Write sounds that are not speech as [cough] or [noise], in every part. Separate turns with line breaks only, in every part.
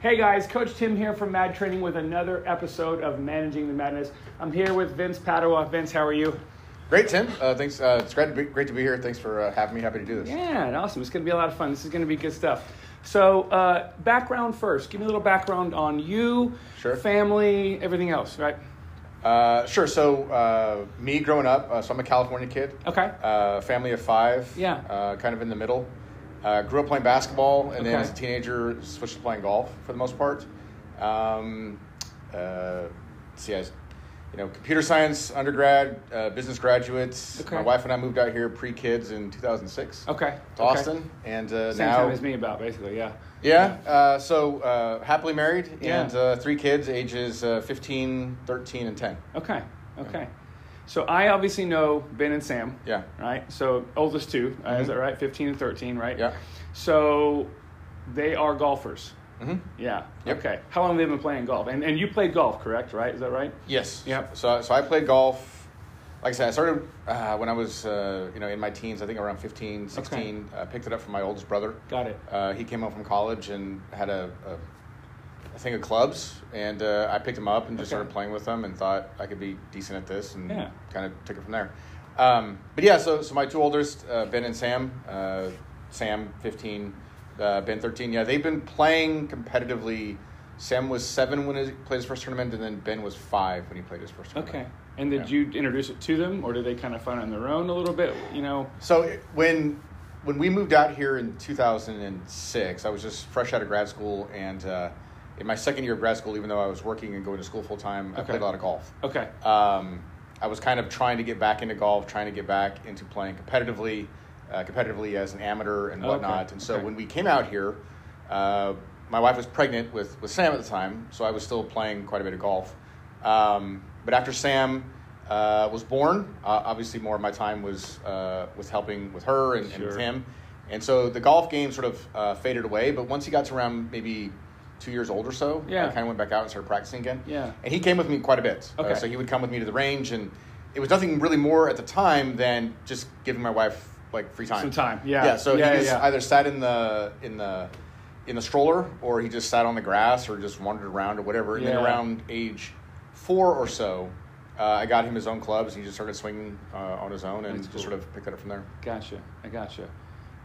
Hey guys, Coach Tim here from Mad Training with another episode of Managing the Madness. I'm here with Vince Padua. Vince, how are you?
Great, Tim. Uh, thanks. Uh, it's great to, be, great to be here. Thanks for uh, having me. Happy to do this.
Yeah, awesome. It's going to be a lot of fun. This is going to be good stuff. So, uh, background first. Give me a little background on you,
Sure.
family, everything else, right?
Uh, sure. So, uh, me growing up, uh, so I'm a California kid.
Okay.
Uh, family of five.
Yeah.
Uh, kind of in the middle. Uh, grew up playing basketball, and then
Okay.
as a teenager, switched to playing golf for the most part. Um, uh, see, I, was, you know, computer science undergrad, uh, business graduates.
Okay.
My wife and I moved out here pre kids in 2006.
Okay. okay.
To Austin, and uh,
Same
now
time as me, about basically, yeah.
Yeah, uh, so uh, happily married
Yeah.
and uh, three kids, ages uh, 15, 13, and 10.
Okay, okay. So, I obviously know Ben and Sam.
Yeah.
right? So oldest 2 uh, is that right? Fifteen and thirteen, right?
Mm-hmm. Yeah.
So they are golfers.
hmm
Yeah.
Yep.
Okay. How long have they been playing golf? And and you played golf, correct? Right? Is that right?
Yes.
Yep.
So, so I played golf. Like I said, I started uh, when I was uh, you know in my teens. I think around 15, 16. Uh, picked it up from my oldest brother.
Got it.
Uh, he came home from college and had a, a, a thing of clubs, and uh, I picked him up and just
Okay.
started playing with them and thought I could be decent at this, and
Yeah.
kind of took it from there. Um, but yeah, so so my two oldest, uh, Ben and Sam, uh, Sam fifteen, uh, Ben thirteen. Yeah, they've been playing competitively. Sam was seven when he played his first tournament, and then Ben was five when he played his first tournament.
Okay. And did
Yeah.
you introduce it to them, or did they kind of find it on their own a little bit? You know.
So it- when when we moved out here in 2006, I was just fresh out of grad school, and uh, in my second year of grad school, even though I was working and going to school full time, I
Okay.
played a lot of golf.
Okay.
Um, I was kind of trying to get back into golf, trying to get back into playing competitively, uh, competitively as an amateur and
Oh, okay.
whatnot. And so
Okay.
when we came out here, uh, my wife was pregnant with, with Sam at the time, so I was still playing quite a bit of golf. Um, but after Sam uh, was born, uh, obviously more of my time was uh, was helping with her and, and with
Sure.
him, and so the golf game sort of uh, faded away. But once he got to around maybe two years old or so,
Yeah.
I kind of went back out and started practicing again.
Yeah.
and he came with me quite a bit. Uh,
Okay.
so he would come with me to the range, and it was nothing really more at the time than just giving my wife like free time.
Some time, yeah.
Yeah. So
Yeah, yeah,
he just
yeah.
either sat in the in the in the stroller, or he just sat on the grass, or just wandered around, or whatever. And
Yeah.
then around age four or so, uh, I got him his own clubs, and he just started swinging uh, on his own, and
That's
just
cool.
sort of picked it up from there.
Gotcha. I gotcha.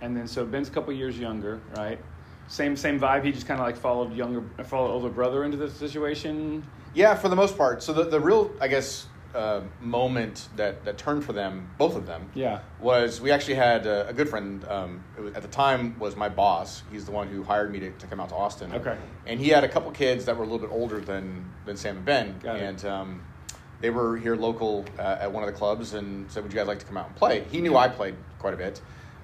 And then so Ben's a couple years younger, right? Same same vibe. He just kind of like followed younger, followed older brother into the situation.
Yeah, for the most part. So the, the real, I guess, uh, moment that, that turned for them, both of them,
Yeah.
was we actually had uh, a, a good friend. Um, it was, at the time was my boss. He's the one who hired me to, to come out to Austin.
Okay.
And he had a couple kids that were a little bit older than than Sam and Ben,
Got it.
and um, they were here local uh, at one of the clubs and said, "Would you guys like to come out and play?" He knew I played quite a bit.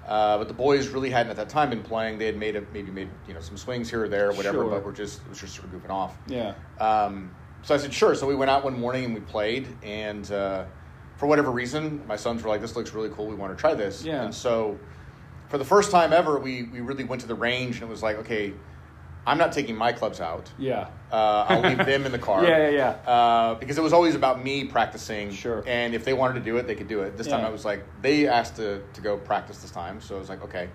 Uh, but the boys really hadn't at that time been playing. They had made a, maybe made you know some swings here or there, whatever.
Sure.
But we're just it was just sort of goofing off.
Yeah.
Um, so I said, sure. So we went out one morning and we played. And uh, for whatever reason, my sons were like, this looks really cool. We want to try this.
Yeah.
And so for the first time ever, we, we really went to the range and it was like, okay, I'm not taking my clubs out.
Yeah.
Uh, I'll leave
[laughs]
them in the car.
Yeah, yeah, yeah.
Uh, because it was always about me practicing.
Sure.
And if they wanted to do it, they could do it. This time
Yeah.
I was like, they asked to, to go practice this time. So I was like, okay,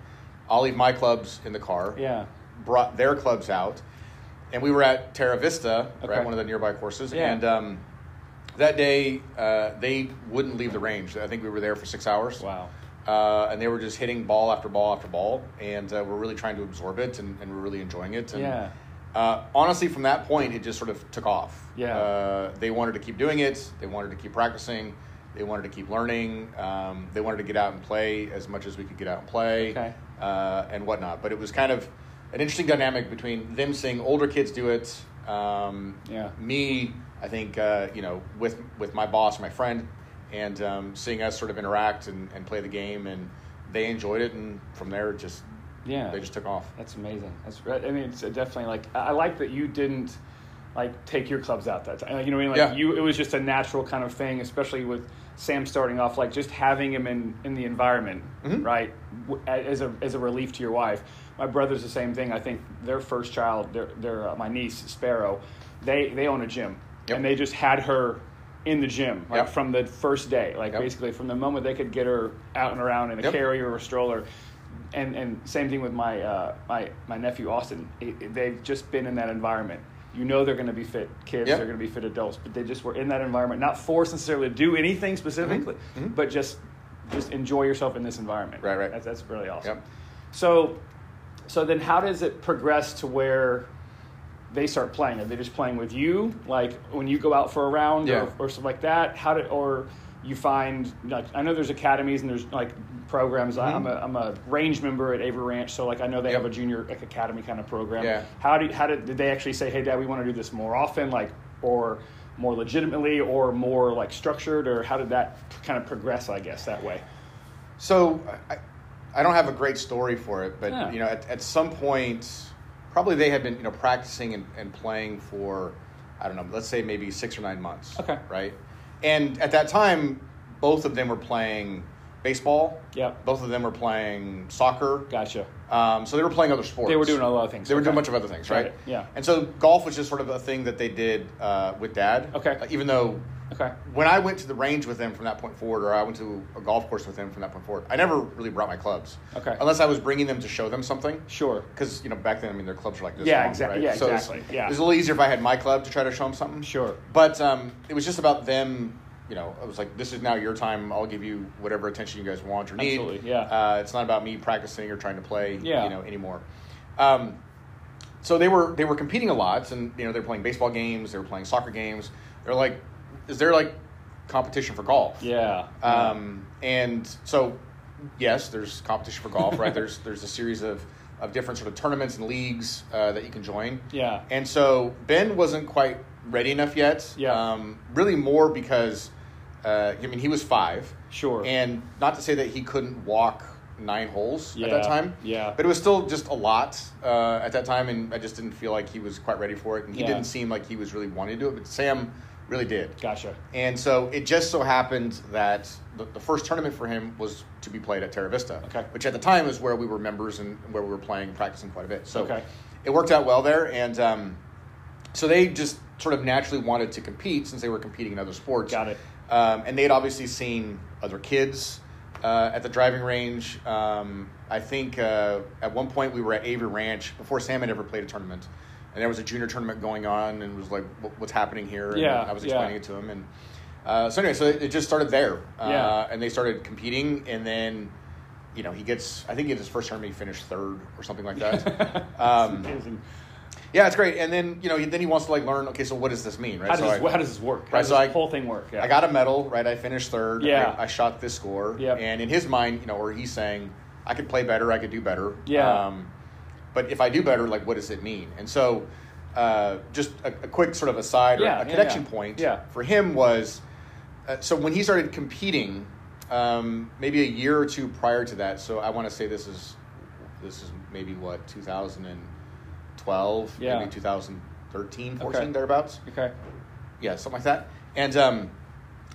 I'll leave my clubs in the car
Yeah.
brought their clubs out, and we were at Terra Vista,
Okay.
right, one of the nearby courses,
Yeah.
and um, that day uh, they wouldn't leave the range. I think we were there for six hours.
Wow.
Uh, and they were just hitting ball after ball after ball, and uh, we're really trying to absorb it, and, and we're really enjoying it. And,
Yeah.
Uh, honestly, from that point, it just sort of took off.
Yeah.
Uh, they wanted to keep doing it. They wanted to keep practicing. They wanted to keep learning. Um, they wanted to get out and play as much as we could get out and play
Okay.
uh, and whatnot. But it was kind of an interesting dynamic between them seeing older kids do it. Um,
Yeah.
Me, I think uh, you know, with with my boss, my friend, and um, seeing us sort of interact and, and play the game, and they enjoyed it, and from there, it just
Yeah.
they just took off.
That's amazing. That's right. I mean, it's definitely like I I like that you didn't like take your clubs out that time. Like, You know what I mean? Like
Yeah.
you, it was just a natural kind of thing, especially with Sam starting off. Like just having him in in the environment,
Mm-hmm.
right? w- a- As a as a relief to your wife. My brother's the same thing. I think their first child, their their uh, my niece Sparrow, they they own a gym
Yep.
and they just had her in the gym, like
Yep.
from the first day, like
Yep.
basically from the moment they could get her out and around in a
Yep.
carrier or a stroller. And and same thing with my uh, my my nephew Austin. It- it- they've just been in that environment. You know they're going to be fit kids.
Yep.
They're going to be fit adults, but they just were in that environment, not forced necessarily to do anything specifically,
Mhm.
but just just enjoy yourself in this environment.
Right, right.
That's, that's really awesome.
Yep.
So, so then how does it progress to where they start playing? Are they just playing with you, like when you go out for a round,
Yeah.
or, or something like that? How did or you find like I know there's academies and there's like programs. I I'm a I'm a range member at Aver Ranch, so like I know they
Mm-hmm.
have
Yep.
a junior like academy kind of program.
Yeah.
How do how did did they actually say, hey, Dad, we want to do this more often, like or more legitimately or more like structured or how did that kind of progress i guess that way
So I, I don't have a great story for it, but
Yeah.
you know, at, at some point, probably they had been you know practicing and, and playing for I don't know, let's say maybe six or nine months.
Okay.
Right. And at that time, both of them were playing baseball.
Yep.
Both of them were playing soccer.
gotcha
Um, so they were playing other sports.
They were doing a lot of things.
They were doing a
Okay.
bunch of other things,
Got
right?
it. Yeah.
And so golf was just sort of a thing that they did uh, with dad.
Okay.
Uh, even though
okay
when I went to the range with him from that point forward, or I went to a golf course with him from that point forward, I never really brought my clubs.
Okay.
Unless I was bringing them to show them something.
sure
Because, you know, back then, I mean, their clubs were like this
Yeah,
long,
exact-
right?
yeah,
So it's-
exactly, yeah.
It was a little easier if I had my club to try to show them something.
Sure.
But um, it was just about them, you know, I was like, this is now your time. I'll give you whatever attention you guys want or need.
Absolutely, yeah.
Uh, it's not about me practicing or trying to play,
Yeah.
you know, anymore. Um, so they were they were competing a lot, and you know they were playing baseball games, they were playing soccer games. They're like, is there like competition for golf?
yeah
Um, and so, yes, there's competition for golf,
[laughs]
right? there's there's a series of, of different sort of tournaments and leagues uh, that you can join.
Yeah.
And so Ben wasn't quite ready enough yet.
Yeah.
Um, really more because, uh, I mean, he was five.
Sure.
And not to say that he couldn't walk nine holes at
Yeah,
that time.
yeah.
But it was still just a lot uh, at that time, and I just didn't feel like he was quite ready for it, and he
Yeah.
didn't seem like he was really wanting to do it. But Sam really did.
gotcha
And so it just so happened that the, the first tournament for him was to be played at Terra Vista,
Okay.
which at the time was where we were members and where we were playing and practicing quite a bit. So
Okay.
it worked out well there. And um, so they just sort of naturally wanted to compete since they were competing in other sports.
Got it.
Um, and they had obviously seen other kids uh, at the driving range. Um, I think uh, at one point we were at Avery Ranch before Sam had ever played a tournament. And there was a junior tournament going on, and it was like, "What- what's happening here? And
Yeah,
I was
yeah.
explaining it to him. And uh, so anyway, so it, it just started there. Uh,
Yeah.
And they started competing, and then, you know, he gets, I think in his first tournament, he finished third or something like
[laughs]
that. um,
Amazing.
yeah, it's great. And then, you know, he- then he wants to like learn, okay, so what does this mean, right?
How
so
does,
I-
this, how does this work? How
Right,
does
so
this
I-
whole thing work? Yeah.
I got a medal, right? I finished third.
Yeah.
I, I shot this score.
Yep.
And in his mind, you know, or he's saying, I could play better, I could do better.
Yeah.
Um, but if I do better, like, what does it mean? And so, uh, just a, a quick sort of aside or
Yeah,
a
yeah,
connection
yeah.
point
Yeah.
for him was uh, so when he started competing, um, maybe a year or two prior to that. So I want to say this is this is maybe what 2012,
Yeah.
maybe 2013, 14
Okay.
thereabouts
Okay.
yeah, something like that. And um,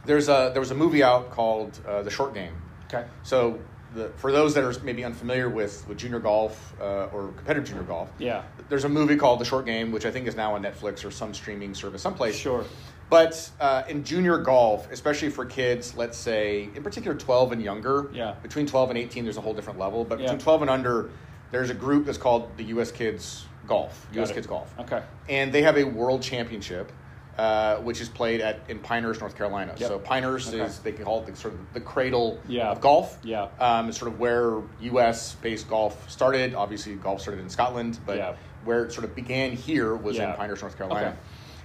there's a there was a movie out called uh, The Short Game.
Okay.
So the, for those that are maybe unfamiliar with with junior golf uh, or competitive junior golf,
Yeah.
there's a movie called The Short Game, which I think is now on Netflix or some streaming service someplace.
Sure.
But uh, in junior golf, especially for kids, let's say in particular 12 and younger,
Yeah.
between 12 and 18, there's a whole different level. But
Yeah.
between 12 and under, there's a group that's called the U.S. Kids Golf,
Got
U.S.
it.
Kids Golf
Okay.
and they have a world championship, uh, which is played at in Pinehurst, North Carolina.
Yep.
So Pinehurst
Okay.
is they call it the, sort of the cradle
Yeah.
of golf.
Yeah.
um, it's sort of where U.S. based golf started. Obviously, golf started in Scotland, but
Yeah.
where it sort of began here was
Yeah.
in Pinehurst, North Carolina.
Okay.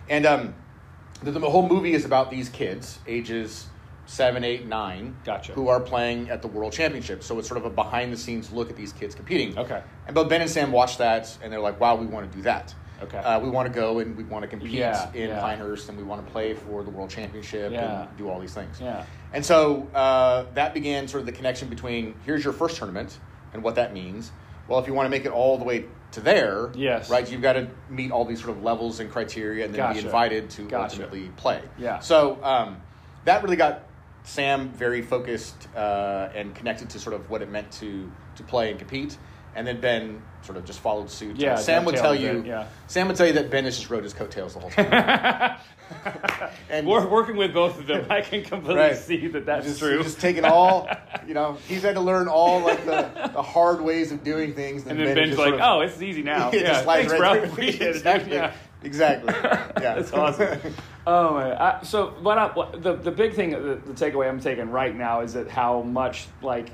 And um, the, the whole movie is about these kids, ages seven, eight, nine,
Gotcha.
who are playing at the world championship. So it's sort of a behind the scenes look at these kids competing.
Okay.
And both Ben and Sam watched that, and they're like, "Wow, we want to do that."
Okay.
Uh, we want to go and we want to compete
Yeah,
in
yeah.
Pinehurst, and we want to play for the world championship
Yeah.
and do all these things.
Yeah.
And so uh, that began sort of the connection between here's your first tournament and what that means. Well, if you want to make it all the way to there,
Yes.
right, you've got to meet all these sort of levels and criteria, and then
Gotcha.
be invited to
Gotcha.
ultimately play.
Yeah.
So um, that really got Sam very focused uh, and connected to sort of what it meant to to play and compete. and then Ben sort of just followed suit.
Yeah,
Sam would tell
dovetailed
you.
Ben, yeah.
Sam would tell you that Ben has just rode his coattails the whole time.
[laughs]
And-
We're working with both of them. [laughs] I can completely
Right.
see that that's
just,
true.
Just
[laughs]
taking all, you know, he's had to learn all like the, the hard ways of doing things.
and then
Ben
Ben's
just
like,
sort of-
"Oh, it's easy
[laughs]
now."
It
yeah,
just slides
thanks,
right
bro. [laughs]
through.
Appreciate it.
exactly.
Yeah. [laughs]
Exactly. Yeah.
That's awesome. Oh man! I, so, what I, what- the the big thing, the, the takeaway I'm taking right now is that how much like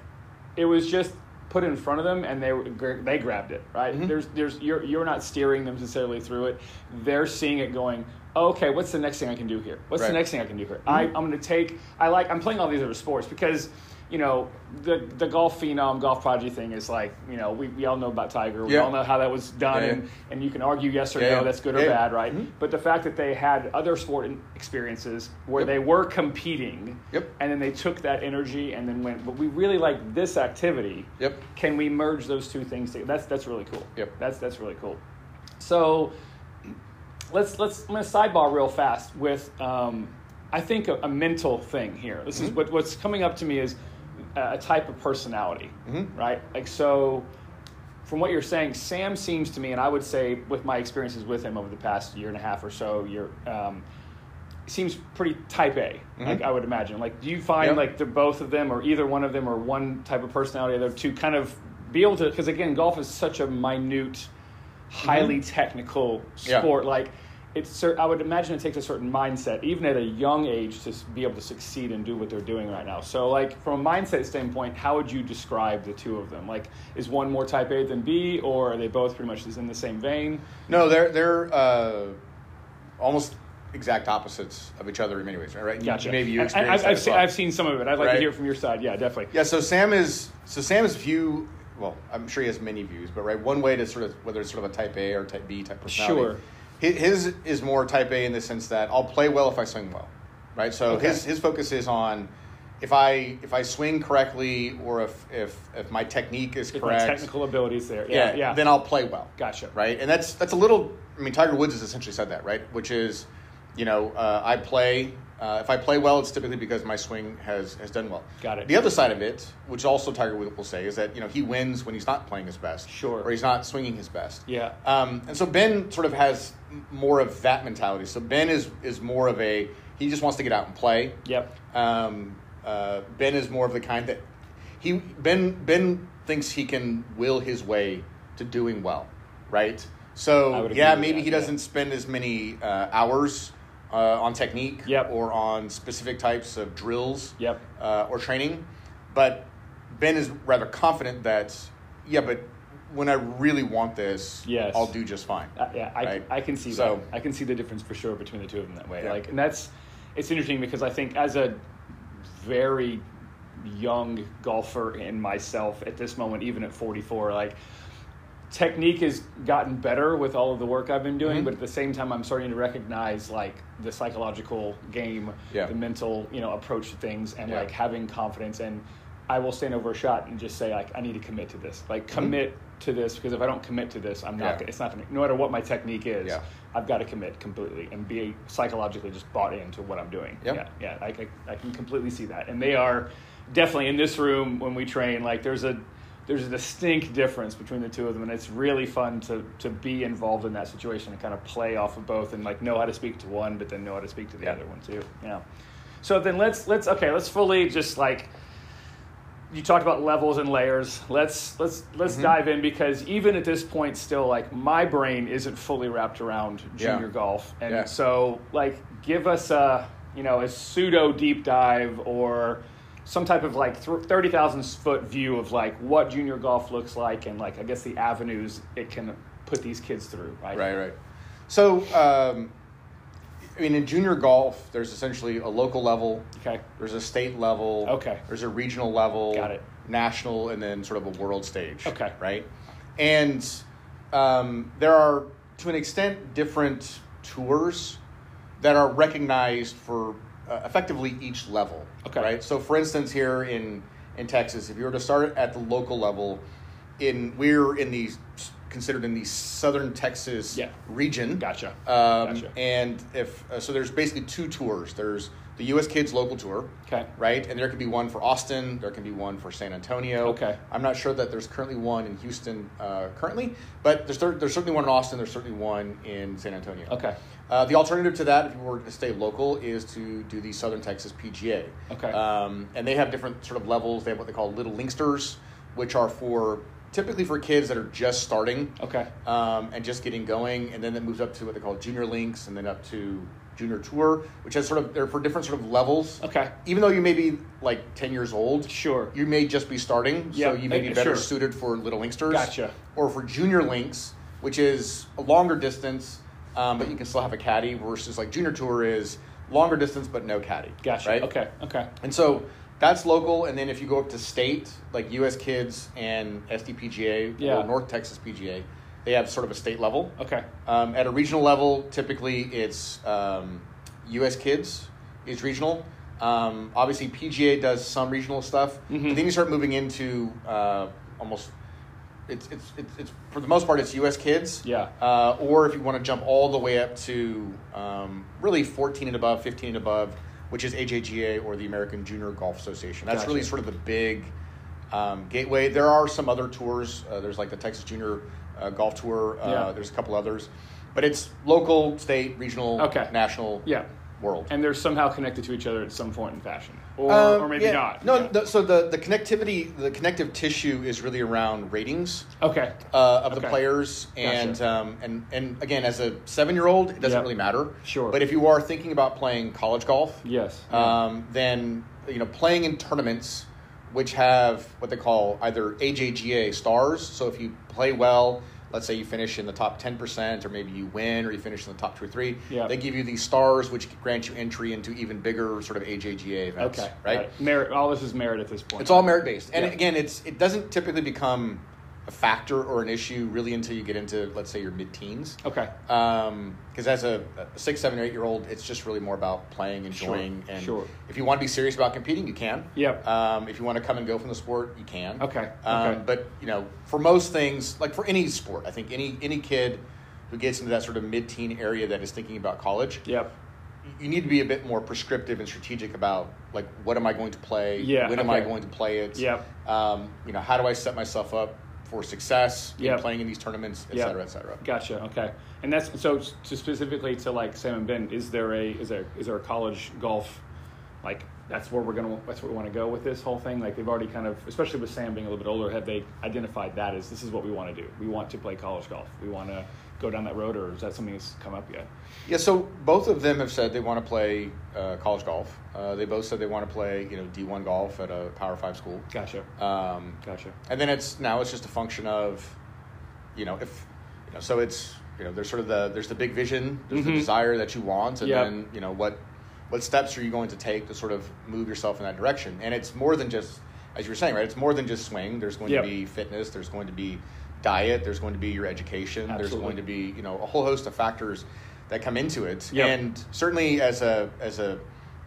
it was just put in front of them and they were, gr- they grabbed it right.
Mm-hmm.
There's there's you're you're not steering them necessarily through it. They're seeing it going. Okay, what's the next thing I can do here? What's
Right. Mm-hmm.
the next thing I can do here? I, I'm going to take. I like. I'm playing all these other sports because. You know the the golf phenom, golf prodigy thing is like you know we, we all know about Tiger, we
Yeah.
all know how that was done,
Yeah, yeah.
And, and you can argue yes or
Yeah,
no,
yeah.
that's good or
Yeah, Mm-hmm. yeah.
bad, right? But the fact that they had other sport in- experiences where
Yep.
they were competing,
Yep.
and then they took that energy and then went, but we really like this activity.
Yep.
Can we merge those two things together? That's that's really cool.
Yep.
That's that's really cool. So let's let's I'm gonna sidebar real fast with um, I think a, a mental thing here. This
Mm-hmm.
is what what's coming up to me is a, a type of personality,
Mm-hmm.
right? Like so. From what you're saying, Sam seems to me, and I would say with my experiences with him over the past year and a half or so, you're, um, seems pretty type A. Like I would imagine. Like, do you find
Yep.
like the both of them, or either one of them, or one type of personality, or the other, to kind of be able to? Because again, golf is such a minute, highly technical
Mm-hmm. Yeah.
sport. Like, it's. cer- I would imagine it takes a certain mindset, even at a young age, to s- be able to succeed and do what they're doing right now. So, like from a mindset standpoint, how would you describe the two of them? Like, is one more type A than B, or are they both pretty much in the same vein?
[laughs] No, they're they're uh, almost exact opposites of each other in many ways, right? right?
Gotcha.
Maybe
And-
you
and
experienced
I've,
that
I've,
as
seen,
well.
I've seen some of it. I'd like
Right.
to hear from your side. Yeah, definitely.
Yeah, so Sam is so Sam's view. Well, I'm sure he has many views, but right, one way to sort of whether it's sort of a type A or type B type
Sure.
personality. Sure. His is more type A in the sense that I'll play well if I swing well, right? So
Okay.
his his focus is on if I if I swing correctly or if if if my technique is
If my
correct,
technical abilities there. Yeah, yeah.
then I'll play well.
Gotcha.
Right, and that's that's a little. I mean, Tiger Woods has essentially said that, right? Which is, you know, uh, I play. Uh, if I play well, it's typically because my swing has has done well.
Got it.
The other side of it, which also Tiger Woods will say, is that you know he wins when he's not playing his best,
Sure.
or he's not swinging his best.
Yeah.
Um, and so Ben sort of has m- more of that mentality. So Ben is is more of a he just wants to get out and play.
Yep.
Um, uh, ben is more of the kind that he Ben Ben thinks he can will his way to doing well, right?
I
So
would agree
yeah,
with
maybe
that,
he
yeah.
doesn't spend as many uh, hours uh, on technique
Yep.
or on specific types of drills
Yep.
uh, or training, but Ben is rather confident that yeah, but when I really want this,
Yes.
I'll do just fine.
Uh, yeah, I,
Right.
I can see
So-
that. I can see the difference for sure between the two of them that way.
Yeah.
Like, and that's it's interesting because I think as a very young golfer in myself at this moment, even at 44, like technique has gotten better with all of the work I've been doing,
Mhm.
but at the same time, I'm starting to recognize like the psychological game,
Yeah.
the mental, you know, approach to things, and
Yeah.
like having confidence. And I will stand over a shot and just say like, I need to commit to this. Like
Mm-hmm.
commit to this because if I don't commit to this, I'm not.
Yeah.
Gonna, it's not gonna. No matter what my technique is,
Yeah.
I've got to commit completely and be psychologically just bought into what I'm doing.
Yep.
Yeah, yeah, I, I, I can completely see that. And they are definitely in this room when we train. Like there's a there's a distinct difference between the two of them, and it's really fun to to be involved in that situation and kind of play off of both and like know how to speak to one, but then know how to speak to the
Yeah.
other one too. Yeah. So then let's let's okay let's fully just like you talked about levels and layers. Let's let's let's
Mm-hmm.
dive in because even at this point, still like my brain isn't fully wrapped around
Yeah.
junior golf, and
Yeah.
so like give us a you know a pseudo deep dive or some type of like th- thirty thousand foot view of like what junior golf looks like and like I guess the avenues it can put these kids through. Right.
Right, right. So, um, I mean, in junior golf, there's essentially a local level,
Okay.
there's a state level,
Okay.
there's a regional level,
Got it.
national, and then sort of a world stage.
Okay.
right. And um, there are, to an extent, different tours that are recognized for uh, effectively each level.
Okay.
right. So, for instance, here in in Texas, if you were to start at the local level, in we're in the considered in the southern Texas
Yeah.
region.
Gotcha.
Um,
Gotcha.
And if uh, so, there's basically two tours. There's the U.S. Kids Local Tour.
Okay.
Right, and there can be one for Austin. There can be one for San Antonio.
Okay.
I'm not sure that there's currently one in Houston uh, currently, but there's cer- there's certainly one in Austin. There's certainly one in San Antonio.
Okay.
Uh, the alternative to that, if you were to stay local, is to do the Southern Texas PGA.
Okay.
Um, and they have different sort of levels. They have what they call little linksters, which are for typically for kids that are just starting
Okay.
um, and just getting going, and then it moves up to what they call junior links, and then up to junior tour, which has sort of they're for different sort of levels.
Okay.
Even though you may be like ten years old,
Sure.
you may just be starting,
Yeah,
so you may
eh,
be
sure.
better suited for little linksters,
Gotcha.
or for junior links, which is a longer distance, um, but you can still have a caddy. Versus like junior tour is longer distance but no caddy.
Gotcha.
Right?
Okay. Okay.
And so that's local, and then if you go up to state, like U.S. Kids and SDPGA
Yeah.
or North Texas PGA, they have sort of a state level.
Okay.
Um, at a regional level, typically it's um, U.S. Kids is regional. Um, obviously, PGA does some regional stuff.
Mhm.
But then you start moving into uh, almost it's, it's it's it's for the most part it's U.S. Kids.
Yeah.
Uh, or if you want to jump all the way up to um, really 14 and above, 15 and above, which is AJGA or the American Junior Golf Association. That's
Gotcha.
really sort of the big um, gateway. There are some other tours. Uh, there's like the Texas Junior uh, Golf Tour. Uh,
Yeah.
There's a couple others, but it's local, state, regional,
Okay.
national,
Yeah.
world.
And they're somehow connected to each other at some point in fashion, or,
Um,
or maybe
yeah.
not.
No,
Uh, Yeah.
the, so the, the connectivity, the connective tissue is really around ratings.
Okay.
uh, of the
Okay.
players, and
Gotcha.
um, and and again, as a seven-year-old, it doesn't
Yeah.
really matter.
Sure.
But if you are thinking about playing college golf,
Yes.
um, then you know playing in tournaments which have what they call either AJGA stars. So if you play well, let's say you finish in the top ten percent, or maybe you win, or you finish in the top two or three,
Yeah.
they give you these stars, which grant you entry into even bigger sort of AJGA events.
okay.
right?
Merit. All this is merit at this point.
It's all merit based, and
Yeah.
again, it's it doesn't typically become a factor or an issue really until you get into let's say your mid teens.
Okay.
Because Um, as a, a six, seven, or eight year old, it's just really more about playing,
Sure,
enjoying, and
sure.
if you want to be serious about competing, you can.
Yep.
Um, if you want to come and go from the sport, you can.
Okay,
Um,
okay.
But you know, for most things, like for any sport, I think any any kid who gets into that sort of mid teen area that is thinking about college,
Yep.
you need to be a bit more prescriptive and strategic about like what am I going to play?
Yeah,
When am I
okay.
going to play it?
Yep.
Um, you know, how do I set myself up for success in
Yep.
playing in these tournaments, et
Yep.
cetera, et cetera.
Gotcha. Okay. And that's so to specifically to like Sam and Ben. Is there a is there is there a college golf like that's where we're gonna that's where we want to go with this whole thing? Like they've already kind of especially with Sam being a little bit older, have they identified that as this is what we want to do? We want to play college golf. We want to go down that road, or is that something that's come up yet?
Yeah, so both of them have said they want to play uh, college golf. Uh, they both said they want to play, you know, D1 golf at a Power 5 school.
Gotcha.
Um,
Gotcha.
and then it's now it's just a function of you know if you know so it's you know there's sort of the there's the big vision there's
Mhm.
the desire that you want and
Yep.
then you know what what steps are you going to take to sort of move yourself in that direction and it's more than just as you were saying right it's more than just swing there's going
Yep.
to be fitness there's going to be diet there's going to be your education
Absolutely.
there's going to be you know a whole host of factors that come into it
Yep.
and certainly as a as a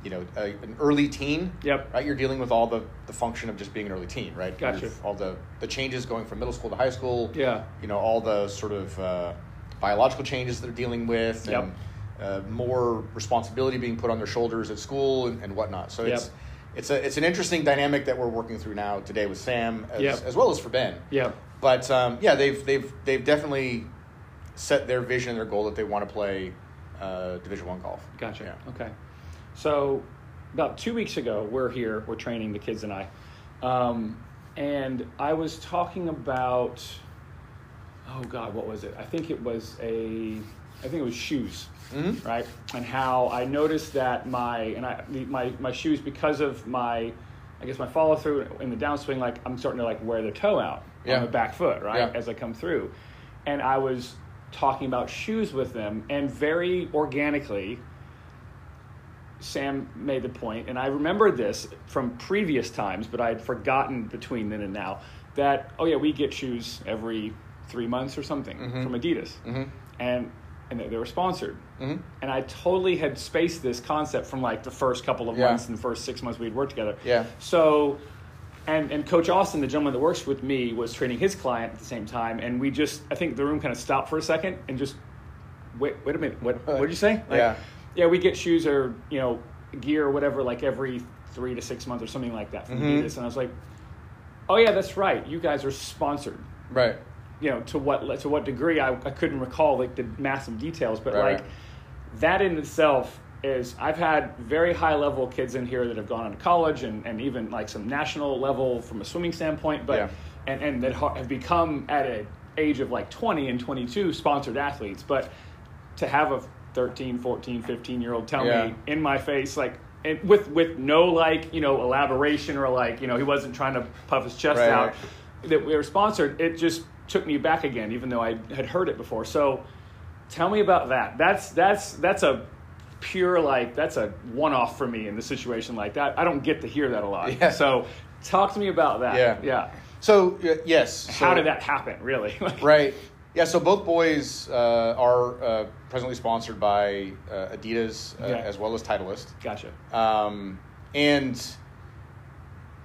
you know a, an early teen
Yep.
right you're dealing with all the the function of just being an early teen right
Gotcha.
You've- all the the changes going from middle school to high school.
Yeah.
You know all the sort of uh, biological changes they're dealing with,
Yep.
and uh, more responsibility being put on their shoulders at school and, and whatnot. So it's
Yep.
it's a it's an interesting dynamic that we're working through now today with Sam as,
Yep.
as well as for Ben.
Yep.
But um, yeah, they've they've they've definitely set their vision and their goal that they want to play uh, Division One golf.
Gotcha.
Yeah.
Okay. So about two weeks ago, we're here, we're training the kids and I, um, and I was talking about, oh God, what was it? I think it was a, I think it was shoes,
Mhm.
right? And how I noticed that my and I the- my my shoes because of my. I guess my follow through in the downswing, like I'm starting to like wear the toe out
Yeah.
on the back foot, right?
Yeah.
As I come through. And I was talking about shoes with them, and very organically, Sam made the point, and I remembered this from previous times, but I had forgotten between then and now that oh yeah, we get shoes every three months or something from Adidas,
Mhm.
and and they, they were sponsored.
Mhm.
And I totally had spaced this concept from like the first couple of
Yeah.
months and the first six months we'd worked together.
Yeah.
So, and and Coach Austin, the gentleman that works with me, was training his client at the same time, and we just I think the room kind of stopped for a second and just wait wait a minute what what did you say
Yeah.
yeah we get shoes or you know gear or whatever like every three to six months or something like that from
Mhm.
Adidas, and I was like, oh yeah, that's right. You guys are sponsored.
Right.
You know to what le- to what degree I, I couldn't recall like the massive details, but
Right,
like
right.
that in itself is I've had very high level kids in here that have gone on to college and, and even like some national level from a swimming standpoint, but
Yeah.
and, and that ha- have become at an age of like 20 and 22 sponsored athletes. But to have a 13, 14, 15 year old tell
Yeah.
me in my face, like, and with, with no like, you know, elaboration or like, you know, he wasn't trying to puff his chest
Right,
out
right.
that we were sponsored, it just took me back again, even though I had heard it before. So tell me about that. That's that's that's a pure like that's a one off for me in the situation like that. I don't get to hear that a lot.
Yeah.
So talk to me about that.
Yeah.
Yeah.
So y- yes. So,
How did that happen, really? [laughs] Like,
Right. Yeah. So both boys uh, are uh, presently sponsored by uh, Adidas uh,
Yeah.
as well as Titleist.
Gotcha.
Um, and,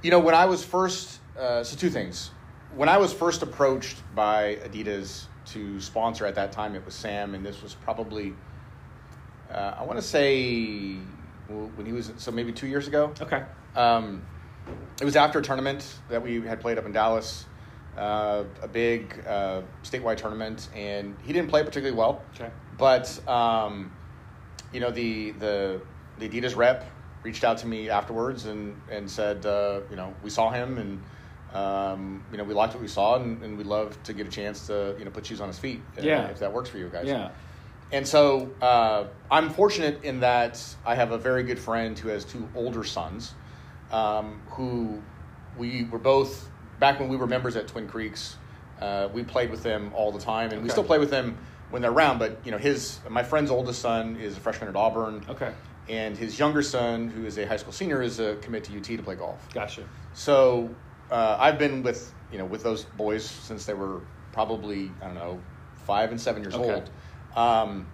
you know, when I was first, uh, so two things. When I was first approached by Adidas to sponsor at that time, it was Sam, and this was probably, uh, I want to say, well, when he was, so maybe two years ago.
Okay.
Um, it was after a tournament that we had played up in Dallas, uh, a big uh, statewide tournament, and he didn't play particularly well.
Okay.
But um, you know the the the Adidas rep reached out to me afterwards and and said uh, you know we saw him and um, you know we liked what we saw and, and we'd love to get a chance to you know put shoes on his feet uh,
Yeah.
if that works for you guys
Yeah.
and so uh, I'm fortunate in that I have a very good friend who has two older sons, um, who we were both back when we were members at Twin Creeks. Uh, we played with them all the time, and we
Okay.
still play with them when they're around. But you know, his my friend's oldest son is a freshman at Auburn,
Okay.
and his younger son, who is a high school senior, is a commit to UT to play golf.
Gotcha.
So uh, I've been with you know with those boys since they were probably I don't know five and seven years
Okay.
old, um,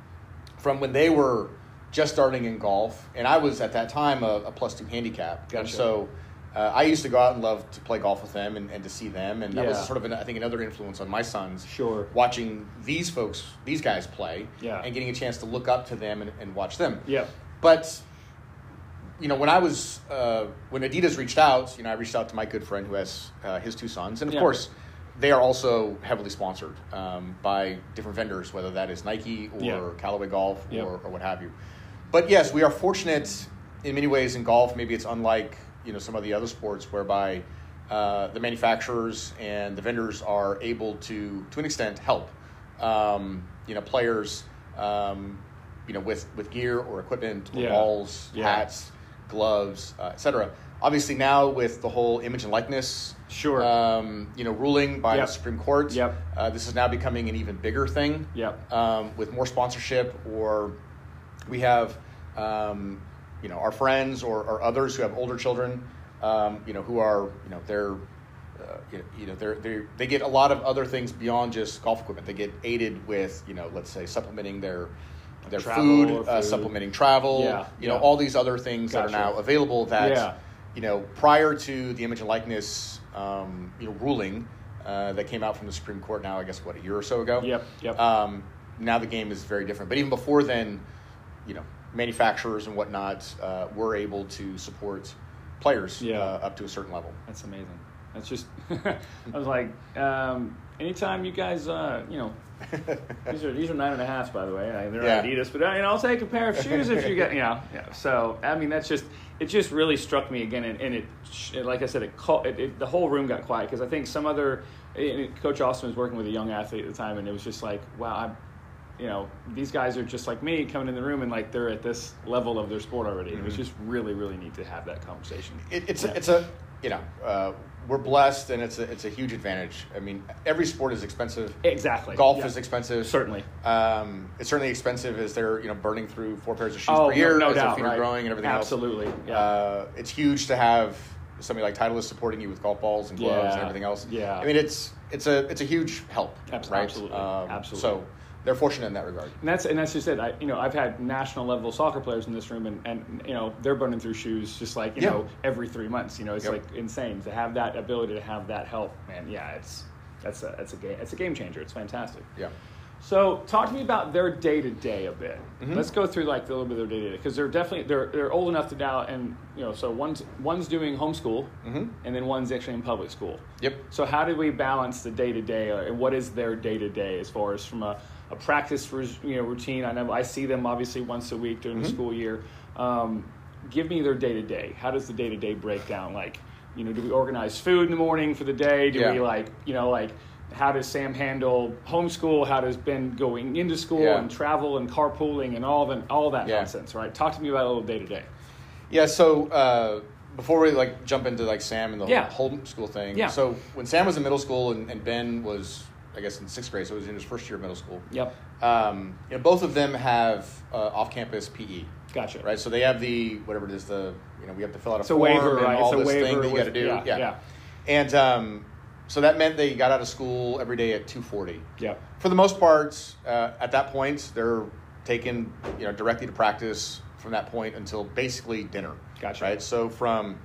from when they were just starting in golf, and I was at that time a, a plus two handicap, and
Gotcha.
so. Uh, I used to go out and love to play golf with them and, and to see them, and that
Yeah.
was sort of an, I think another influence on my sons.
Sure.
watching these folks, these guys play,
Yeah.
and getting a chance to look up to them and, and watch them.
Yeah.
But you know, when I was uh, when Adidas reached out, you know, I reached out to my good friend who has uh, his two sons, and of
Yeah.
course, they are also heavily sponsored um, by different vendors, whether that is Nike or
Yeah.
Callaway Golf or,
Yep.
or what have you. But yes, we are fortunate in many ways in golf. Maybe it's unlike you know some of the other sports whereby uh, the manufacturers and the vendors are able to, to an extent, help um, you know players. Um, you know, with, with gear or equipment or
Yeah.
balls,
Yeah.
hats, gloves, uh, etc. Obviously, now with the whole image and likeness,
Sure.
um, you know, ruling by
Yep.
the Supreme Court,
Yep.
uh, this is now becoming an even bigger thing.
Yep.
um, with more sponsorship, or we have, um, you know, our friends or, or others who have older children, um, you know, who are, you know, they're. Uh, you know- you know, they're, they're, they get a lot of other things beyond just golf equipment. They get aided with, you know, let's say supplementing their their
Travel
food,
or
Uh,
food.
supplementing travel,
Yeah,
you know,
yeah.
all these other things that
Gotcha.
are now available that
Yeah.
you know prior to the image and likeness um, you know ruling uh, that came out from the Supreme Court now I guess what a year or so ago.
Yep, yep.
Um, now the game is very different, but even before then, you know, manufacturers and whatnot uh, were able to support players
Yeah.
uh, up to a certain level.
That's amazing. That's just, [laughs] I was like, um, anytime you guys, uh, you
[laughs]
know, these are these are nine and a halfs, by the way. I, they're
Yeah.
Adidas, but I mean, I'll take a pair of shoes if you get, you know. Yeah. So I mean, that's just it. Just really struck me again, and, and it, sh- it, like I said, it, call, it, it the whole room got quiet because I think some other and it- Coach Austin was working with a young athlete at the time, and it was just like, wow, I'm, you know, these guys are just like me coming in the room, and like they're at this level of their sport already. And It was just really, really neat to have that conversation.
Mm-hmm. It, it's
Yeah.
a, it's a you know uh, we're blessed and it's a it's a huge advantage. I mean, every sport is expensive.
exactly
Golf
Yeah.
is expensive.
certainly.
Um, it's certainly expensive as they're you know burning through four pairs of shoes
Oh,
per year
no, no
as their
doubt,
feet are
right.
growing and everything
Absolutely,
else.
yeah.
Uh, it's huge to have somebody like Titleist supporting you with golf balls and gloves and
Yeah,
everything else.
yeah.
I mean it's it's a it's a huge help.
Abs-
right? Um,
absolutely, absolutely.
So they're fortunate in that regard.
And that's and that's just it. I you know I've had national level soccer players in this room, and, and you know they're burning through shoes just like you
Yeah.
know every three months. You know it's
Yep.
like insane to have that ability to have that help, man. Yeah, it's that's a that's a game it's a game changer. It's fantastic.
Yeah.
So talk to me about their day to day a bit.
Mm-hmm.
Let's go through like a little bit of their day to day because they're definitely they're they're old enough to now and you know so one's one's doing homeschool
Mm-hmm.
and then one's actually in public school.
Yep.
So how do we balance the day to day and what is their day to day as far as from a, a practice ru- you know routine? I know I see them obviously once a week during the
Mm-hmm.
school year. Um, give me their day to day. How does the day to day break down? Like you know, do we organize food in the morning for the day? Do we
Yeah.
like you know like how does Sam handle homeschool? How does Ben going into school
Yeah.
and travel and carpooling and all that all that
Yeah.
nonsense? Right. Talk to me about a little day to day.
Yeah. So uh, before we like jump into like Sam and the
Yeah.
whole homeschool thing.
Yeah.
So when Sam was in middle school and, and Ben was, I guess, in sixth grade, so he was in his first year of middle school.
Yep.
Um, you know, both of them have uh, off-campus E. PE,
Gotcha.
right? So they have the whatever it is the you know we have to fill out a
It's a
form
waiver,
and
right?
all
It's a
this thing
waiver
that you got to
with-
do.
yeah,
Yeah.
yeah.
And um, so that meant they got out of school every day at two forty.
Yep.
For the most part, uh, at that point, they're taken you know directly to practice from that point until basically dinner.
Gotcha.
Right. So from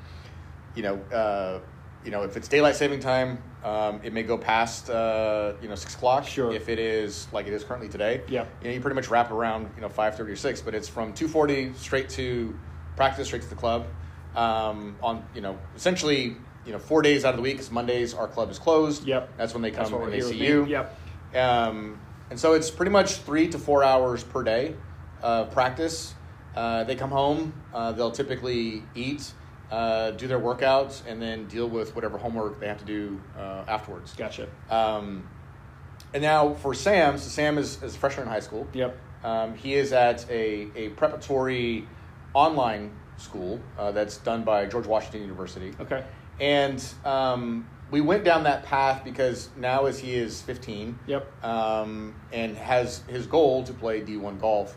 you know uh, you know if it's daylight saving time, um, it may go past uh, you know six o'clock.
Sure.
If it is like it is currently today.
Yeah.
You know you pretty much wrap around you know five thirty or six, but it's from two forty straight to practice, straight to the club. Um, on you know essentially. You know, four days out of the week, 'cause Mondays our club is closed.
Yep.
That's when they come
That's what we're
and they
Um, here
see
with me.
you.
Yep.
Um, and so it's pretty much three to four hours per day uh, practice. Uh, they come home, uh, they'll typically eat, uh, do their workouts, and then deal with whatever homework they have to do uh, afterwards.
Gotcha.
Um, and now for Sam, so Sam is, is a freshman in high school.
Yep.
Um, he is at a, a preparatory online school uh, that's done by George Washington University.
Okay.
And um, we went down that path because now, as he is 15,
Yep.
um, and has his goal to play D1 golf,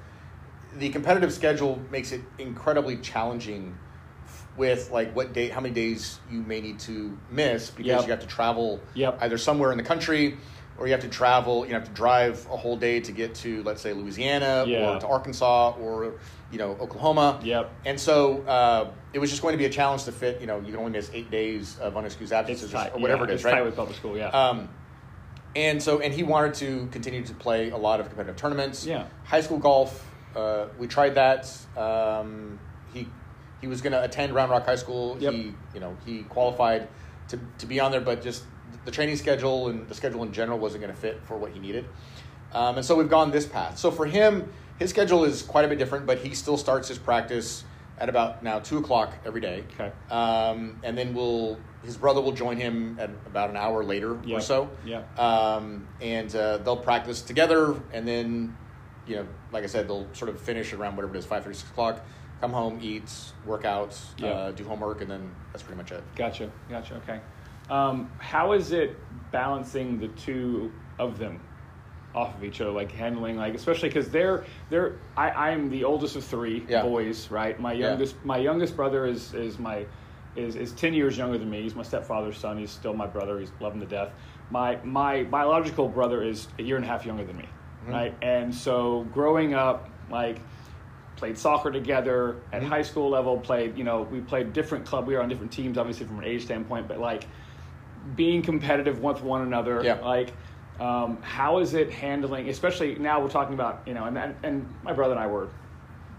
the competitive schedule makes it incredibly challenging f- with like what day, how many days you may need to miss because
Yep.
you have to travel
Yep.
either somewhere in the country or you have to travel, you have to drive a whole day to get to, let's say, Louisiana
Yeah.
or to Arkansas or, you know, Oklahoma.
Yep.
And so uh, it was just going to be a challenge to fit. You know, you can only miss eight days of unexcused
It's
absences
tight.
or whatever
yeah,
it is,
it's
right?
Tight with public school. Yeah.
Um, and so, and he wanted to continue to play a lot of competitive tournaments.
Yeah.
High school golf, uh, we tried that. Um, he he was going to attend Round Rock High School.
Yep.
He you know he qualified to to be on there, but just the training schedule and the schedule in general wasn't going to fit for what he needed. Um, and so we've gone this path. So for him, his schedule is quite a bit different, but he still starts his practice at about now two o'clock every day.
Okay.
Um, and then we'll his brother will join him at about an hour later
Yeah.
or so.
Yeah.
Um, and uh, they'll practice together, and then, you know, like I said, they'll sort of finish around whatever it is, five thirty, six o'clock. Come home, eat, workouts,
Yeah.
uh, do homework, and then that's pretty much it.
Gotcha, gotcha. Okay. Um, how is it balancing the two of them off of each other, like handling, like especially because they're they're I I am the oldest of three
Yeah.
boys, right? My
Yeah.
youngest my youngest brother is is my is is ten years younger than me. He's my stepfather's son. He's still my brother. He's loving to death. My my biological brother is a year and a half younger than me,
Mm-hmm.
right? And so growing up, like played soccer together at
Mm-hmm.
high school level played you know we played different club we were on different teams obviously from an age standpoint but like being competitive with one another
Yeah.
like um, how is it handling especially now we're talking about you know and and, and my brother and i were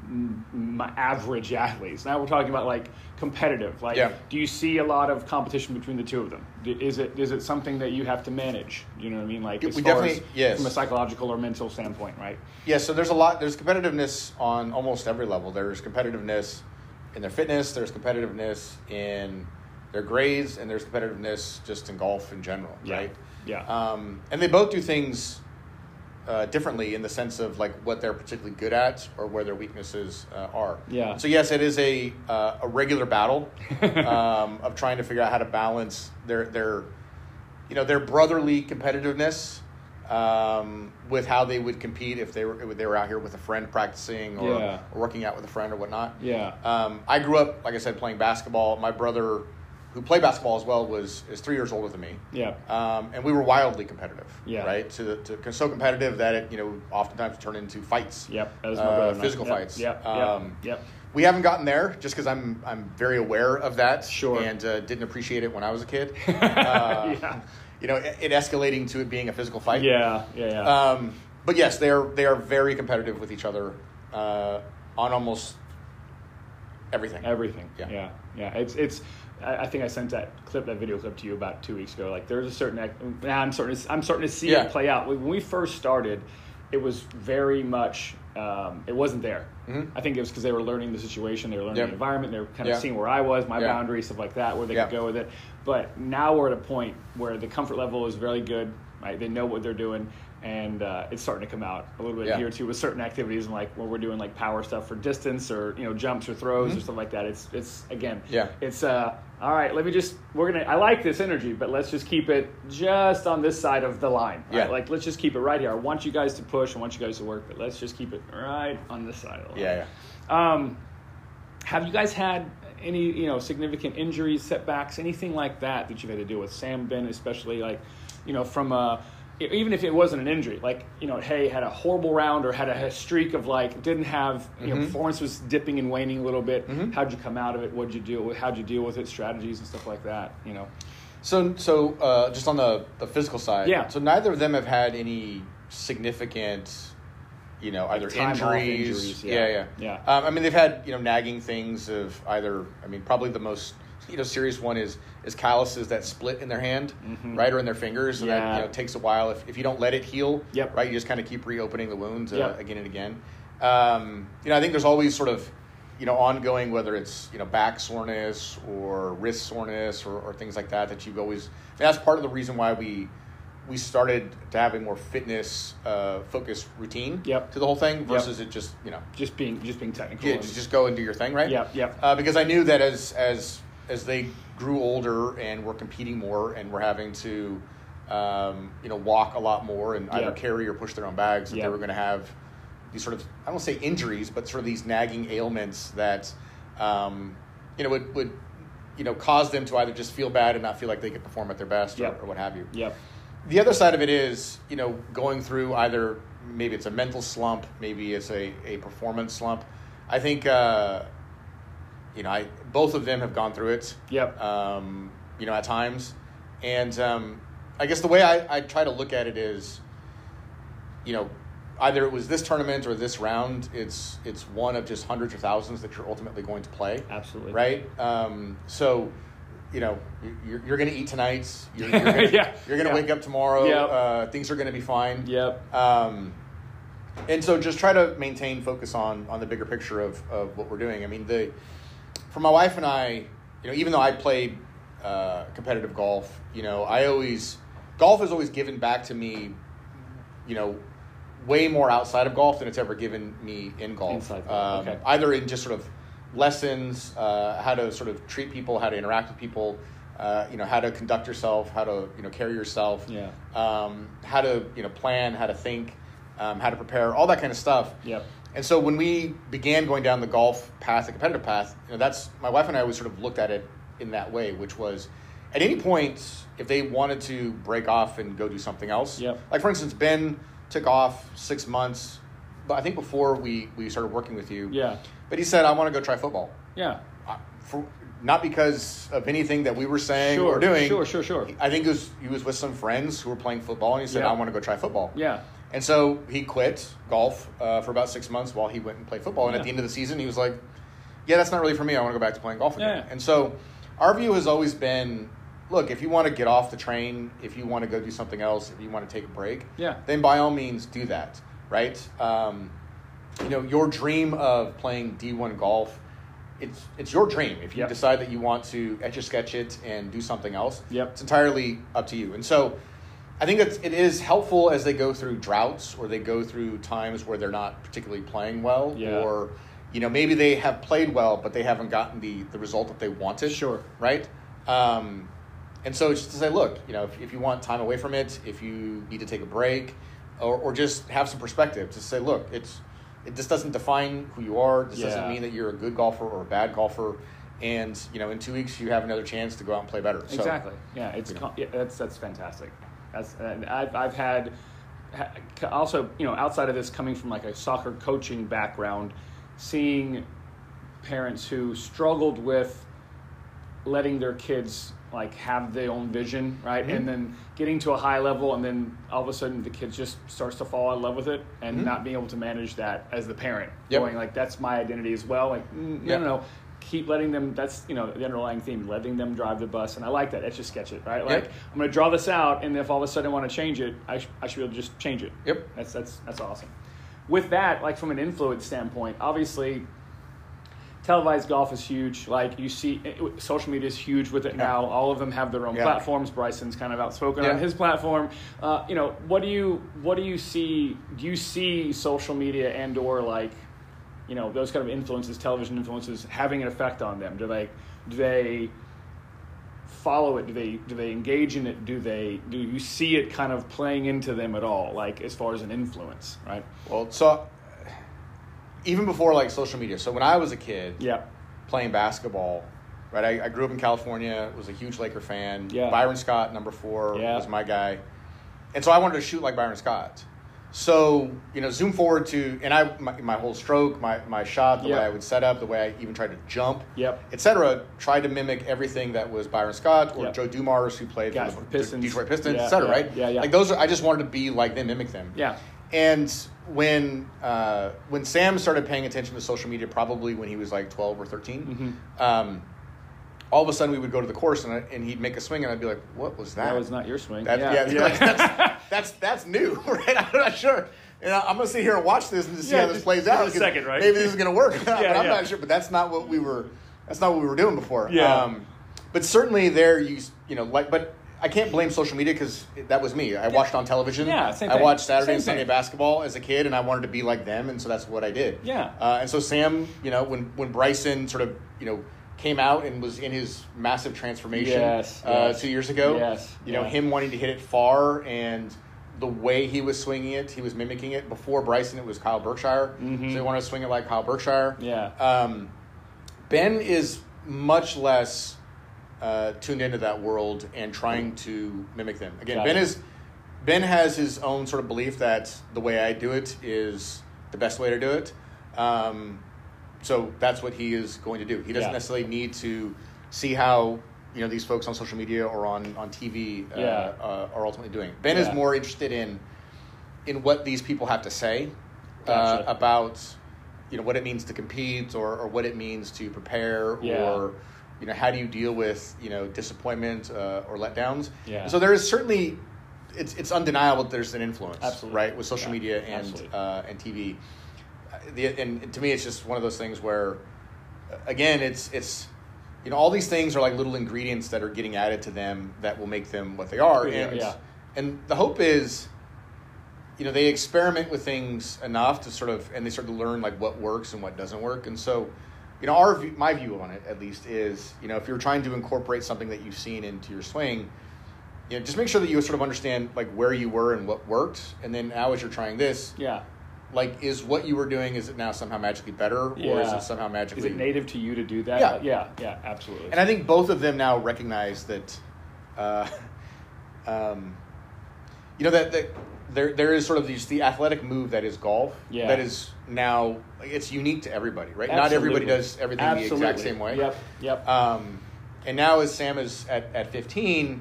m- my average athletes now we're talking about like competitive like
Yeah.
do you see a lot of competition between the two of them D- is it is it something that you have to manage you know what i mean like
We
as far
definitely-
as
yes.
from a psychological or mental standpoint right
Yeah, so there's a lot. There's competitiveness on almost every level. There's competitiveness in their fitness. There's competitiveness in their grades, and there's competitiveness just in golf in general,
Yeah.
right?
Yeah.
Um, and they both do things uh, differently in the sense of like what they're particularly good at or where their weaknesses uh, are.
Yeah.
So yes, it is a uh, a regular
[laughs]
battle um, of trying to figure out how to balance their their you know their brotherly competitiveness um, with how they would compete if they were if they were out here with a friend practicing or,
Yeah.
or working out with a friend or whatnot.
yeah
Um, I grew up, like I said, playing basketball. My brother, who played basketball as well, was is three years older than me.
yeah
Um, and we were wildly competitive,
Yeah.
right? To, the, to so competitive that it, you know, oftentimes turned into fights.
Yep, that was my
uh,
brother and I.
physical
Yep,
fights.
Yep, yep,
Um,
yep.
We haven't gotten there just because I'm I'm very aware of that.
Sure.
And uh, didn't appreciate it when I was a
[laughs]
kid. e, uh,
Yeah.
You know, it, it escalating to it being a physical fight.
Yeah, yeah, yeah.
Um, but yes, they are they are very competitive with each other uh, on almost everything.
Everything.
Yeah.
Yeah. Yeah. It's it's. I I think I sent that clip, that video clip to you about two weeks ago. Like there's a certain. act- Now I'm starting. To, I'm starting to see
Yeah.
it play out. When we first started, it was very much. Um, it wasn't there.
Mhm.
I think it was because they were learning the situation, they were learning
Yep.
the environment, they were kind of
Yeah.
seeing where I was, my
Yeah.
boundaries, stuff like that, where they
Yeah.
could go with it. But now we're at a point where the comfort level is very good. Right? They know what they're doing, and uh, it's starting to come out a little bit
Yeah.
here too with certain activities and like when we're doing like power stuff for distance or you know jumps or throws or stuff like that. It's it's again,
Mm-hmm. Yeah.
It's uh, all right. Let me just we're gonna. I like this energy, but let's just keep it just on this side of the line. right?
Yeah.
like let's just keep it right here. I want you guys to push. I want you guys to work, but let's just keep it right on this side of the line.
Yeah, yeah.
Um, have you guys had any you know significant injuries, setbacks, anything like that that you've had to deal with? Sam Ben, especially like you know from a even if it wasn't an injury, like you know, hey, had a horrible round or had a streak of like didn't have you
Mm-hmm.
know performance was dipping and waning a little bit. How'd you come out of it? What'd you deal with? How'd you deal with it? Strategies and stuff like that. You know,
So, so uh, just on the, the physical side,
Yeah.
So neither of them have had any significant, you know, either
time off
injuries.
injuries, yeah.
yeah, yeah,
Yeah.
Um, I mean, they've had you know nagging things of either. I mean, probably the most you know serious one is is calluses that split in their hand, right, or in their fingers. So that
Mm-hmm. Yeah.
you know takes a while if, if you don't let it heal.
Yep.
Right. You just kind of keep reopening the wounds uh,
Yep.
again and again. Um, you know, I think there's always sort of you know, ongoing, whether it's, you know, back soreness or wrist soreness or, or things like that, that you've always, that's part of the reason why we, we started to have a more fitness uh, focused routine
Yep.
to the whole thing versus it just, you know,
just being just being technical.
yeah,
and-
just, just go and do your thing, right?
Yep, yep.
Uh, because I knew that as as as they grew older and were competing more and were having to, um, you know, walk a lot more and either
Yep.
carry or push their own bags, that they
Yep.
were going to have these sort of I don't say injuries, but sort of these nagging ailments that, um, you know, would would you know cause them to either just feel bad and not feel like they could perform at their best
Yep.
or, or what have you.
yep.
The other side of it is, you know, going through either maybe it's a mental slump, maybe it's a, a performance slump. I think, uh, you know, I both of them have gone through it.
Yep.
Um, you know, at times, and um, I guess the way I, I try to look at it is, you know, either it was this tournament or this round. It's it's one of just hundreds or thousands that you're ultimately going to play
Absolutely.
right? Um, so, you know, you're, you're going to eat tonight. You're,
[laughs]
you're going
Yeah.
to
Yeah.
wake up tomorrow.
Yep.
Uh, things are going to be fine.
Yep.
Um, and so, just try to maintain focus on on the bigger picture of of what we're doing. I mean, the for my wife and I, you know, even though I played uh, competitive golf, you know, I always golf has always given back to me, you know. Way more outside of golf than it's ever given me in golf. Um,
Inside golf, okay.
Either in just sort of lessons, uh, how to sort of treat people, how to interact with people, uh, you know, how to conduct yourself, how to you know carry yourself,
Yeah.
um, how to you know plan, how to think, um, how to prepare, all that kind of stuff.
Yep.
And so when we began going down the golf path, the competitive path, you know, that's my wife and I always sort of looked at it in that way, which was at any point if they wanted to break off and go do something else.
Yep.
Like for instance, Ben took off six months, but I think before we we started working with you.
Yeah.
But he said, "I want to go try football."
Yeah.
I- for, not because of anything that we were saying
Sure,
or doing.
sure, sure, sure.
I think it was, he was with some friends who were playing football, and he said,
Yeah.
"I want to go try football."
Yeah.
And so he quit golf uh, for about six months while he went and played football. And
Yeah.
at the end of the season, he was like, "Yeah, that's not really for me. I want to go back to playing golf again."
Yeah.
And so our view has always been, look, if you want to get off the train, if you want to go do something else, if you want to take a break,
Yeah.
then by all means do that. Right? Um, you know, your dream of playing D one golf. It's, it's your dream. If you
Yep.
decide that you want to etch a sketch it and do something else,
Yep.
it's entirely up to you. And so I think that's, it is helpful as they go through droughts or they go through times where they're not particularly playing well
Yeah.
or you know maybe they have played well but they haven't gotten the, the result that they wanted
Sure.
right um, and so it's just to say look you know if, if you want time away from it if you need to take a break or, or just have some perspective to say look it's it, this doesn't define who you are this
Yeah.
doesn't mean that you're a good golfer or a bad golfer and you know in two weeks you have another chance to go out and play better So-
Exactly. Yeah, it's
you know.
con- yeah, that's that's fantastic. That's and I've I've had ha- also you know outside of this coming from like a soccer coaching background, seeing parents who struggled with letting their kids like have their own vision, right?
Mhm.
And then getting to a high level, and then all of a sudden the kid just starts to fall in love with it, and
Mhm.
not being able to manage that as the parent,
Yep.
going like that's my identity as well. Like mm, no,
Yep.
no, no, keep letting them. That's you know the underlying theme, letting them drive the bus, and I like that. That's just sketch it, right? Like
Yep.
I'm going to draw this out, and if all of a sudden I want to change it, I, sh- I should be able to just change it.
Yep.
That's that's that's awesome. With that, like from an influence standpoint, obviously televised golf is huge. Like you see, it- it- social media is huge with it
Yeah.
now. All of them have their own
Yeah.
platforms. Bryson's kind of outspoken on
Yeah.
his platform. Uh, you know, what do you what do you see? Do you see social media and or like you know those kind of influences, television influences, having an effect on them? Do they do they follow it? Do they do they engage in it? Do they do you see it kind of playing into them at all? Like as far as an influence, right?
Well, so even before like social media, so when I was a kid,
Yeah.
playing basketball. Right, I, I grew up in California. Was a huge Laker fan.
Yeah.
Byron Scott, number four,
Yeah.
was my guy, and so I wanted to shoot like Byron Scott. So you know, zoom forward to, and I my, my whole stroke, my, my shot, the
Yeah.
way I would set up, the way I even tried to jump,
Yep.
etc. Tried to mimic everything that was Byron Scott or
Yeah.
Joe Dumars, who played
Guys
for the
with Pistons.
Detroit Pistons,
Yeah,
etc.
yeah,
Right?
yeah, yeah.
Like those are. I just wanted to be like them, mimic them.
Yeah.
And when uh, when Sam started paying attention to social media, probably when he was like twelve or 13 um, all of a sudden we would go to the course and, I, and he'd make a swing and I'd be like, "What was that?"
That was not your swing.
That, yeah, like, that's, that's that's new, [laughs] right? I'm not sure. And I- I'm gonna sit here and watch this and just see
Yeah,
how this
just
plays
give it
out.
a
'cause
second, right?
Maybe this is gonna
[laughs]
work. but
Yeah,
I'm
yeah.
not sure. But that's not what we were. That's not what we were doing before. Um,
Yeah.
but certainly there, you s- you know, like, but I can't blame social media because that was me. I watched on television.
Yeah, same
I
thing.
watched Saturday
Same
and Sunday
thing.
basketball as a kid, and I wanted to be like them, and so that's what I did.
[laughs] Yeah.
Uh, and so Sam, you know, when when Bryson sort of, you know. Came out and was in his massive transformation
Yes,
uh,
yes.
two years ago.
Yes,
you know
yeah.
him him wanting to hit it far and the way he was swinging it, he was mimicking it. Before Bryson, it was Kyle Berkshire. So he wanted to swing it like Kyle Berkshire.
Mm-hmm. Yeah.
Um, ben is much less uh, tuned into that world and trying to mimic them. Again,
Got
Ben
it.
is Ben has his own sort of belief that the way I do it is the best way to do it. Um, so that's what he is going to do. He doesn't
Yeah.
necessarily need to see how you know these folks on social media or on on TV uh,
Yeah.
uh, are ultimately doing. Ben
Yeah.
is more interested in in what these people have to say
Gotcha.
uh, about you know what it means to compete or, or what it means to prepare
Yeah.
or you know how do you deal with you know disappointment uh, or letdowns.
Yeah.
So there is certainly it's it's undeniable that there's an influence
Absolutely.
right with social
Yeah,
media and
absolutely.
uh, and TV. Uh, The, and to me, it's just one of those things where, uh, again, it's it's you know all these things are like little ingredients that are getting added to them that will make them what they are.
Yeah,
and
yeah.
and the hope is you know they experiment with things enough to sort of and they start to learn like what works and what doesn't work and so you know our view, my view on it at least is you know if you're trying to incorporate something that you've seen into your swing you know just make sure that you sort of understand like where you were and what worked and then now as you're trying this
Yeah.
like is what you were doing is it now somehow magically better or is
Yeah.
it somehow
Is
magically
it native to you to do that?
Yeah.
Yeah. Yeah. Absolutely.
and I think both of them now recognize that, uh, [laughs] um, you know that, that there there is sort of these the athletic move that is golf
Yeah.
that is now it's unique to everybody, right? Not everybody
Absolutely.
does everything the exact
Absolutely.
same way.
Yep. Yep.
Um, and now as Sam is at, at 15,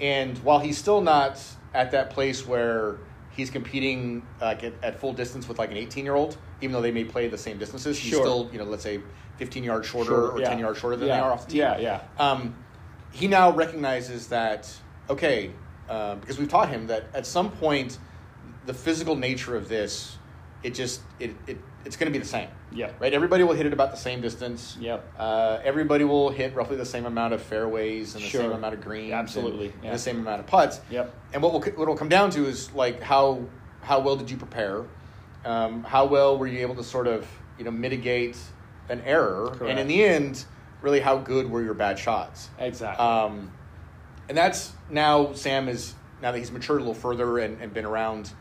and while he's still not at that place where he's competing like at, at full distance with like an 18 year old, even though they may play the same distances, he's
Sure.
still you know let's say 15 yards shorter
Shorter,
or
yeah.
10 yards shorter than
Yeah.
they are off the tee.
Yeah, yeah.
Um, he now recognizes that okay, uh, because we've taught him that at some point the physical nature of this, it just it, it it's going to be the same.
Yeah.
Right. Everybody will hit it about the same distance.
Yep.
Uh, everybody will hit roughly the same amount of fairways and the same
Sure.
amount of greens. and-
Absolutely,
And,
yeah.
the same amount of putts.
Yep.
And what will what will come down to is like how how well did you prepare? Um, how well were you able to sort of you know mitigate an error? And in
Correct.
the end, really, how good were your bad shots?
exactly.
Um, and that's now Sam is now that he's matured a little further and, and been around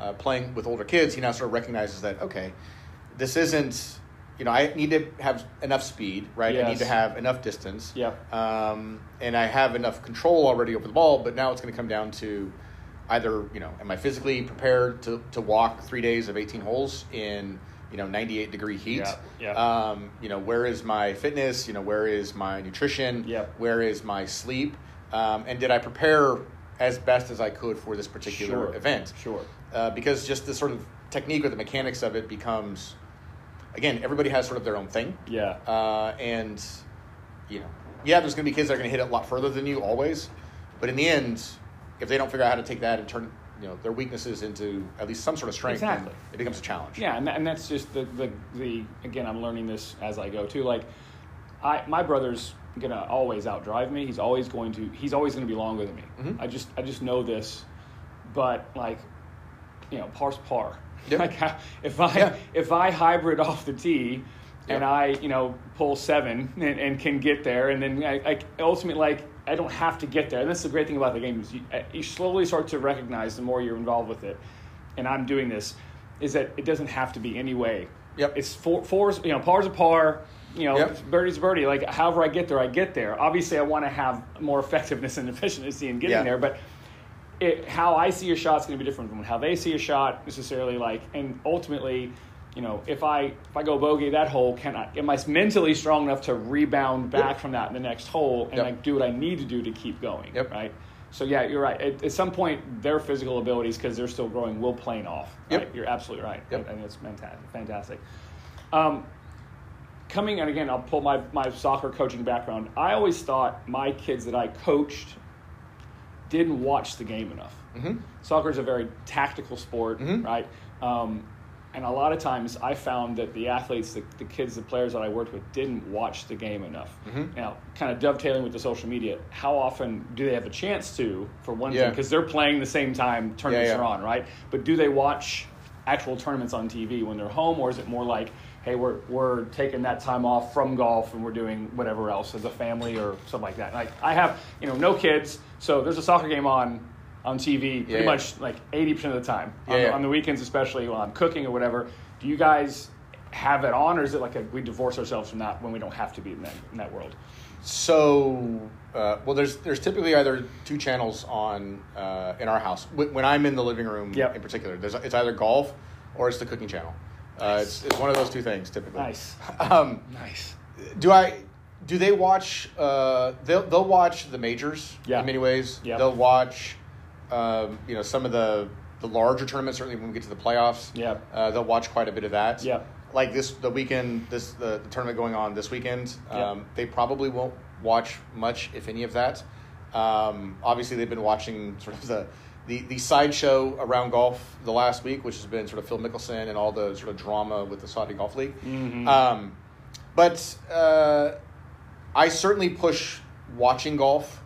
uh, playing with older kids, he now sort of recognizes that okay, this isn't you know I need to have enough speed, right? I need
Yes.
to have enough distance.
Yep.
Um, and I have enough control already over the ball, but now it's going to come down to either you know am I physically prepared to to walk three days of eighteen holes in you know 98 degree heat.
Yeah, yeah.
Um, you know where is my fitness? You know where is my nutrition?
Yep.
Where is my sleep? Um, and did I prepare as best as I could for this particular
Sure.
event?
Sure.
Uh, because just the sort of technique or the mechanics of it becomes, again, everybody has sort of their own thing.
Yeah.
Uh, and you know, yeah, there's going to be kids that are going to hit it a lot further than you always, but in the end, if they don't figure out how to take that and turn you know their weaknesses into at least some sort of strength, then
Exactly.
it becomes a challenge.
Yeah, and, tha- and that's just the, the the again. I'm learning this as I go too. Like, I my brother's gonna always outdrive me. He's always going to. He's always gonna be longer than me.
Mhm.
I just I just know this, but like, you know, par's par. [laughs]
Yep.
Like I- if I
Yeah.
if I hybrid off the tee, and
Yep.
I you know pull seven and, and can get there, and then I, I ultimately like. I don't have to get there. And that's the great thing about the game is you, uh, you slowly start to recognize the more you're involved with it. And I'm doing this is that it doesn't have to be any way.
Yep.
It's four, fours, you know, par's a par, you know,
Yep.
birdie's a birdie. Like, however I get there, I get there. Obviously, I want to have more effectiveness and efficiency in getting
Yeah.
there, but it, how I see a shot's going to be different from how they see a shot necessarily. Like, and ultimately, you know, if I if I go bogey that hole, can I am I mentally strong enough to rebound back
Yep.
from that in the next hole and
Yep.
like do what I need to do to keep going?
Yep.
Right. So yeah, you're right. At, at some point, their physical abilities, because they're still growing, will plane off.
Yep.
Right? You're absolutely right.
Yep.
I, I think it's fantastic. Fantastic. Um, coming and again, I'll pull my my soccer coaching background. I always thought my kids that I coached didn't watch the game enough
Mm-hmm.
soccer is a very tactical sport,
Mhm.
right? Um, and a lot of times I found that the athletes, the, the kids, the players that I worked with didn't watch the game enough.
Mhm.
Now, kind of dovetailing with the social media, how often do they have a chance to, for one thing,
Yeah.
because they're playing the same time tournaments
Yeah, yeah.
are on, right? But do they watch actual tournaments on TV when they're home, or is it more like, hey, we're, we're taking that time off from golf and we're doing whatever else as a family or something like that? Like, I have, you know, no kids, so there's a soccer game on on TV pretty
Yeah, yeah.
much like 80% of the time on,
Yeah,
the-
yeah.
on the weekends especially while i'm cooking or whatever do you guys have it on or is it like a, we divorce ourselves from that when we don't have to be in that, in that world
So, uh, well, there's there's typically either two channels on uh, in our house. Wh- When I'm in the living room,
Yep.
in particular, there's it's either golf or it's the cooking channel. Uh, it's, it's one of those two things typically.
Nice.
[laughs] Um,
nice
do I? Do they watch? Uh, they'll they'll watch the majors
Yeah.
in many ways.
Yep.
They'll watch, um, you know, some of the the larger tournaments. Certainly, when we get to the playoffs,
Yep.
uh, they'll watch quite a bit of that.
Yep.
Like this, the weekend, this the, the tournament going on this weekend.
Yep.
Um, They probably won't watch much, if any of that. Um, obviously, they've been watching sort of the. The, the sideshow around golf the last week, which has been sort of Phil Mickelson and all the sort of drama with the Saudi Golf League.
Mhm.
Um, but uh, I certainly push watching golf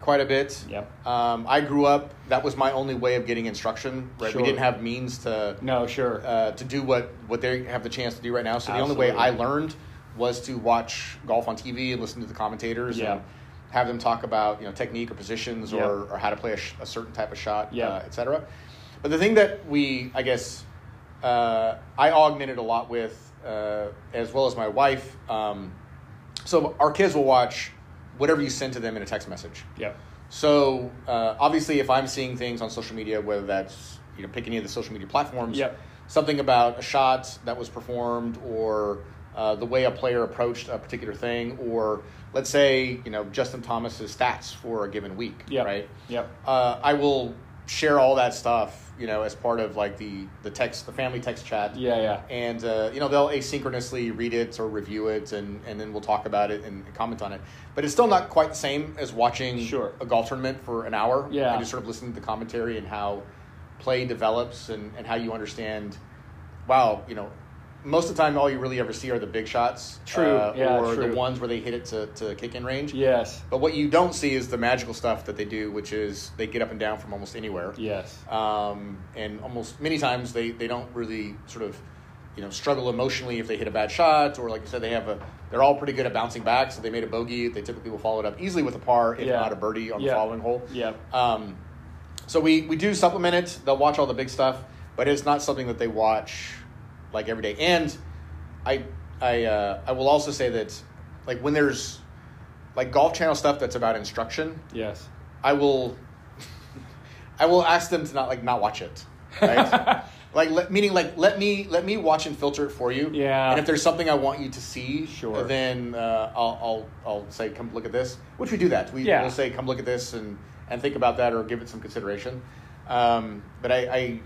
quite a bit.
Yep.
Um, I grew up; that was my only way of getting instruction. Right,
Sure.
we didn't have means to
no sure
uh, to do what what they have the chance to do right now. So the only way I
Absolutely.
learned was to watch golf on TV and listen to the commentators
Yeah.
and have them talk about you know technique or positions
Yeah.
or, or how to play a, sh- a certain type of shot,
Yeah.
uh, etc. But the thing that we, I guess, uh, I augmented a lot with, uh, as well as my wife. Um, so our kids will watch whatever you send to them in a text message.
yep
So uh, obviously, if I'm seeing things on social media, whether that's you know pick any of the social media platforms,
Yep.
something about a shot that was performed, or uh, the way a player approached a particular thing, or let's say you know Justin Thomas's stats for a given week,
yep
right?
yep
Uh, I will share all that stuff, you know, as part of like the the text, the family text chat,
yeah yeah
and uh, you know they'll asynchronously read it or review it and, and then we'll talk about it and comment on it but it's still not quite the same as watching
Sure.
a golf tournament for an hour
Yeah.
and just sort of listening to the commentary and how play develops and, and how you understand wow you know most of the time all you really ever see are the big shots
True.
uh,
Yeah,
or
true.
the ones where they hit it to, to kick in range
yes
but what you don't see is the magical stuff that they do which is they get up and down from almost anywhere
yes
um, and almost many times they, they don't really sort of you know struggle emotionally if they hit a bad shot or like you said they have a they're all pretty good at bouncing back so they made a bogey they typically will follow it up easily with a par if
Yeah.
not a birdie on
Yeah.
the following hole
yep
um, so we we do supplement it they'll watch all the big stuff but it's not something that they watch like every day and I I uh, I will also say that like when there's like golf channel stuff that's about instruction
yes
[laughs]
[laughs]
I will I will ask them to not like not watch it. Right? Like let, meaning like let me let me watch and filter it for you.
Yeah.
And if there's something I want you to see,
Sure.
Then uh, I'll, I'll I'll say come look at this, which we do that. We
Yeah.
will say come look at this and and think about that or give it some consideration. Um, but I, I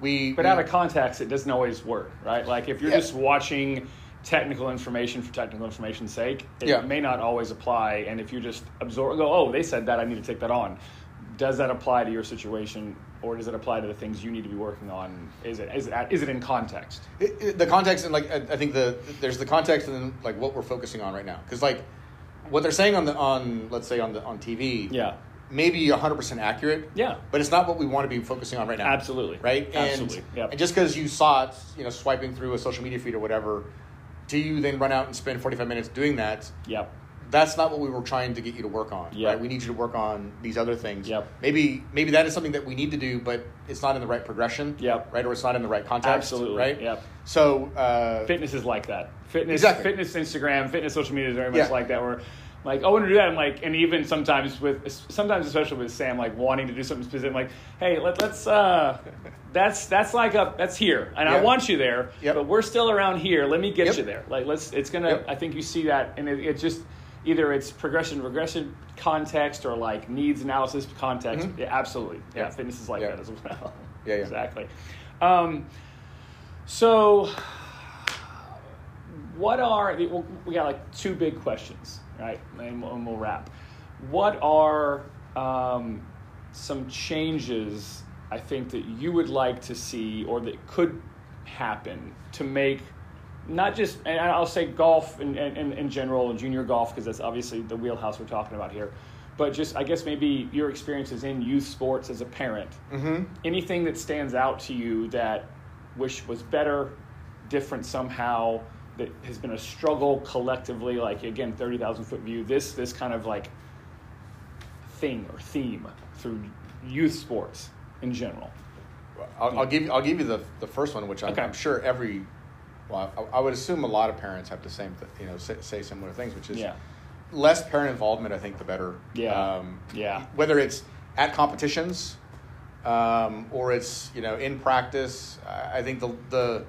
we
But
we,
out of context, it doesn't always work, right? Like if you're
Yeah.
just watching technical information for technical information's sake, it
Yeah.
may not always apply. And if you just absorb, go, oh, they said that, I need to take that on. Does that apply to your situation, or does it apply to the things you need to be working on? Is it is it is it in context?
it, it- the context and like I, I think the there's the context and then like what we're focusing on right now because like what they're saying on the on let's say on the on TV
Yeah,
maybe 100% accurate
Yeah.
but it's not what we want to be focusing on right now
Absolutely.
right
Absolutely.
and,
Yep.
and just because you saw it you know swiping through a social media feed or whatever do you then run out and spend 45 minutes doing that
yep,
that's not what we were trying to get you to work on
Yep.
right we need you to work on these other things
Yep.
maybe maybe that is something that we need to do but it's not in the right progression
Yep.
right or it's not in the right context
Absolutely.
right
Yep.
so uh,
fitness is like that. Fitness,
Exactly.
fitness Instagram, fitness social media is very much
Yeah.
like that. Where like, oh, I want to do that, and like, and even sometimes with, sometimes especially with Sam, like wanting to do something specific, like, hey, let, let's,
[laughs]
uh, that's that's like a that's here, and
Yeah.
I want you there,
Yep.
but we're still around here. Let me get
Yep.
you there. Like, let's. It's gonna.
Yep.
I think you see that, and it, it just either it's progression, regression context, or like needs analysis context.
Mhm.
Yeah, absolutely. Yeah,
Yeah.
fitness is like
Yeah.
that as well. [laughs]
Yeah, yeah.
exactly. Um, so, what are the- well, we got like two big questions, right? And we'll, and we'll wrap. What are um, some changes I think that you would like to see or that could happen to make not just and I'll say golf in, in, in general and junior golf because that's obviously the wheelhouse we're talking about here, but just I guess maybe your experiences in youth sports as a parent
mhm.
anything that stands out to you that wish was better, different somehow, that has been a struggle collectively, like again, 30,000 foot view, this, this kind of like thing or theme through youth sports in general.
I'll, I'll give you, I'll give you the, the first one, which I'm,
Okay.
I'm sure every, well, I, I would assume a lot of parents have the same, th- you know, say, say similar things, which is
Yeah.
less parent involvement. I think the better. Um,
Yeah. Yeah.
Whether it's at competitions, um, or it's you know in practice, I I think the the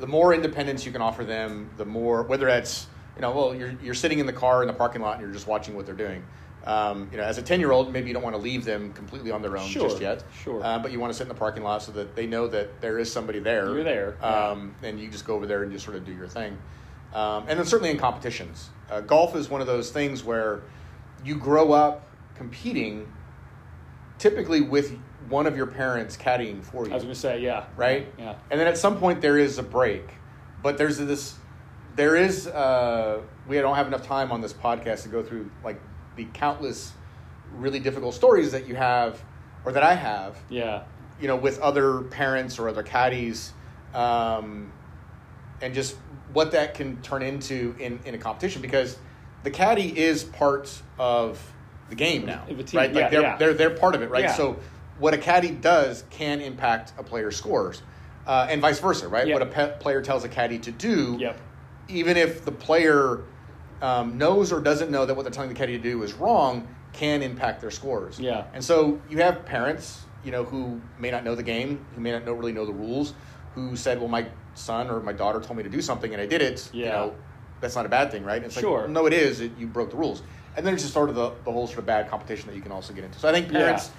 the more independence you can offer them, the more whether it's you know well you're you're sitting in the car in the parking lot and you're just watching what they're doing. Um, you know, as a ten year old, maybe you don't want to leave them completely on their own
Sure,
just yet.
sure.
Uh, but you want to sit in the parking lot so that they know that there is somebody there.
You're there, yeah.
Um, And you just go over there and just sort of do your thing. Um, and then certainly in competitions. Uh, golf is one of those things where you grow up competing typically with one of your parents caddying for you
I was going to say, yeah.
right?
Yeah.
And then at some point there is a break, but there's this, there is, uh, we don't have enough time on this podcast to go through like the countless really difficult stories that you have, or that I have,
Yeah.
you know, with other parents or other caddies, um, and just what that can turn into in, in a competition because the caddy is part of the game now,
Of the team,
right? Like
yeah,
they're,
yeah.
they're they're they're part of it, right?
Yeah.
So what a caddy does can impact a player's scores, uh, and vice versa, right?
Yep.
What a pe- player tells a caddy to do,
Yep.
even if the player um, knows or doesn't know that what they're telling the caddy to do is wrong, can impact their scores.
Yeah.
and so you have parents, you know, who may not know the game, who may not know, really know the rules, who said, "Well, my son or my daughter told me to do something, and I did it." You
Yeah.
know, that's not a bad thing, right? It's
Sure.
like, no, it is. It, you broke the rules. And then it's just sort of the, the whole sort of bad competition that you can also get into. So I think
Yeah.
parents'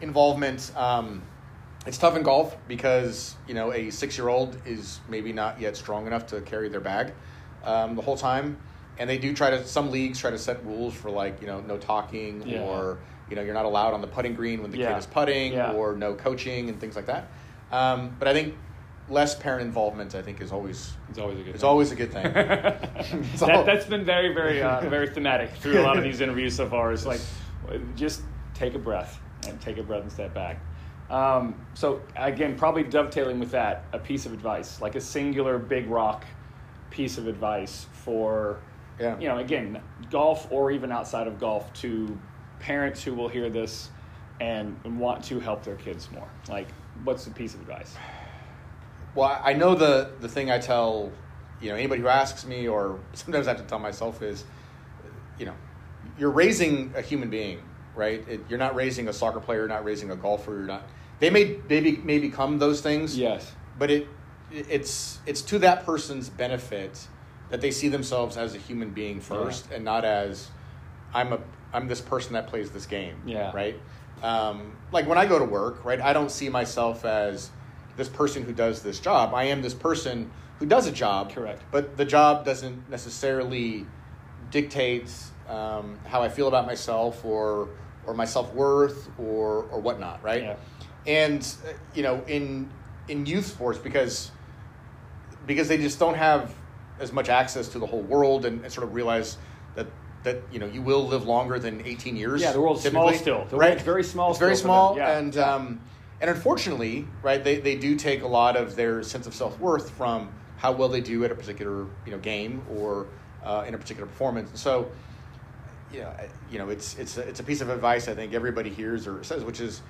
involvement, um, it's tough in golf because, you know, a six year old is maybe not yet strong enough to carry their bag um, the whole time. And they do try to, some leagues try to set rules for like, you know, no talking
Yeah.
or, you know, you're not allowed on the putting green when the
Yeah.
kid is putting
Yeah.
or no coaching and things like that. Um, but I think less parent involvement, I think, is always,
It's always a good
is always a
[laughs]
good thing. [laughs] all-
that, that's been very, very,
[laughs]
uh, very thematic through a lot of these interviews so far. Is like, just take a breath and take a breath and step back. Um, so again, probably dovetailing with that, a piece of advice, like a singular big rock piece of advice for,
Yeah.
you know, again, golf or even outside of golf to parents who will hear this and, and want to help their kids more. Like, what's the piece of advice?
Well, I- I know the the thing I tell, you know, anybody who asks me, or sometimes I have to tell myself is, you know, you're raising a human being, right? It, you're not raising a soccer player, you're not raising a golfer, you're not they may maybe may become those things.
Yes.
But it it's it's to that person's benefit that they see themselves as a human being first and not as I'm a I'm this person that plays this game.
Yeah.
Right. Um, like when I go to work, right? I don't see myself as this person who does this job. I am this person who does a job.
Correct.
But the job doesn't necessarily dictate um, how I feel about myself or or my self worth or or whatnot. Right.
Yeah. [laughs]
And uh, you know, in in youth sports, because because they just don't have as much access to the whole world and, and sort of realize that that you know you will live longer than 18 years.
Yeah, the world's small still. The
right?
world's very small
It's very
still for
small,
them. Yeah.
and um, and unfortunately, right, they, they do take a lot of their sense of self worth from how well they do at a particular you know game or uh, in a particular performance. And so, you know, I- you know, it's it's a, it's a piece of advice I think everybody hears or says, which is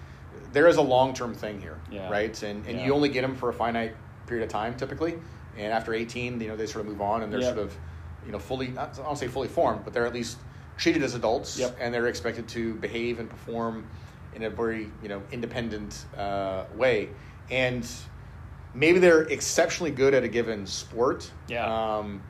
there is a long term thing here,
Yeah.
right? And and
Yeah.
you only get them for a finite period of time typically, and after 18, you know, they sort of move on and they're
Yep.
sort of you know fully I don't say fully formed, but they're at least treated as adults,
Yep.
and they're expected to behave and perform in a very you know independent uh, way, and maybe they're exceptionally good at a given sport.
Yeah.
Um,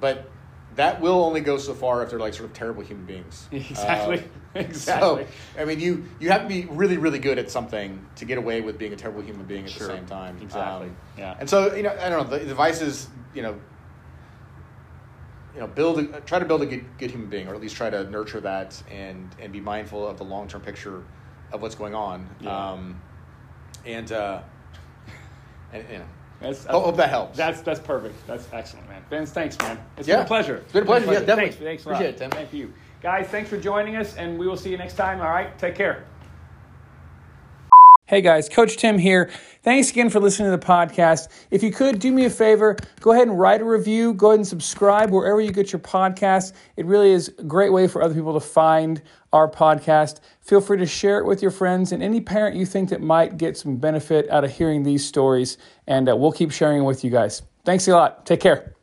but that will only go so far if they're like sort of terrible human beings.
[laughs] Exactly.
Uh,
Exactly.
So, I mean, you you have to be really really good at something to get away with being a terrible human being at
Sure.
the same time. Um,
Exactly. Yeah.
And so you know, I don't know. The advice is you know, you know, build a, try to build a good good human being, or at least try to nurture that and and be mindful of the long term picture of what's going on.
Yeah.
Um, and uh, [laughs] and you know.
That's,
Hope- hope that helps.
That's that's perfect. That's excellent, man. Vince, thanks, man. It's been
Yeah.
a pleasure.
It's been a pleasure. Yeah, definitely.
Thanks, thanks a lot.
Appreciate it, Tim.
Thank you. Guys, thanks for joining us, and we will see you next time. All right, take care. Hey guys, Coach Tim here. Thanks again for listening to the podcast. If you could do me a favor, go ahead and write a review, go ahead and subscribe wherever you get your podcast. It really is a great way for other people to find our podcast. Feel free to share it with your friends and any parent you think that might get some benefit out of hearing these stories, and uh, we'll keep sharing them with you guys. Thanks a lot. Take care.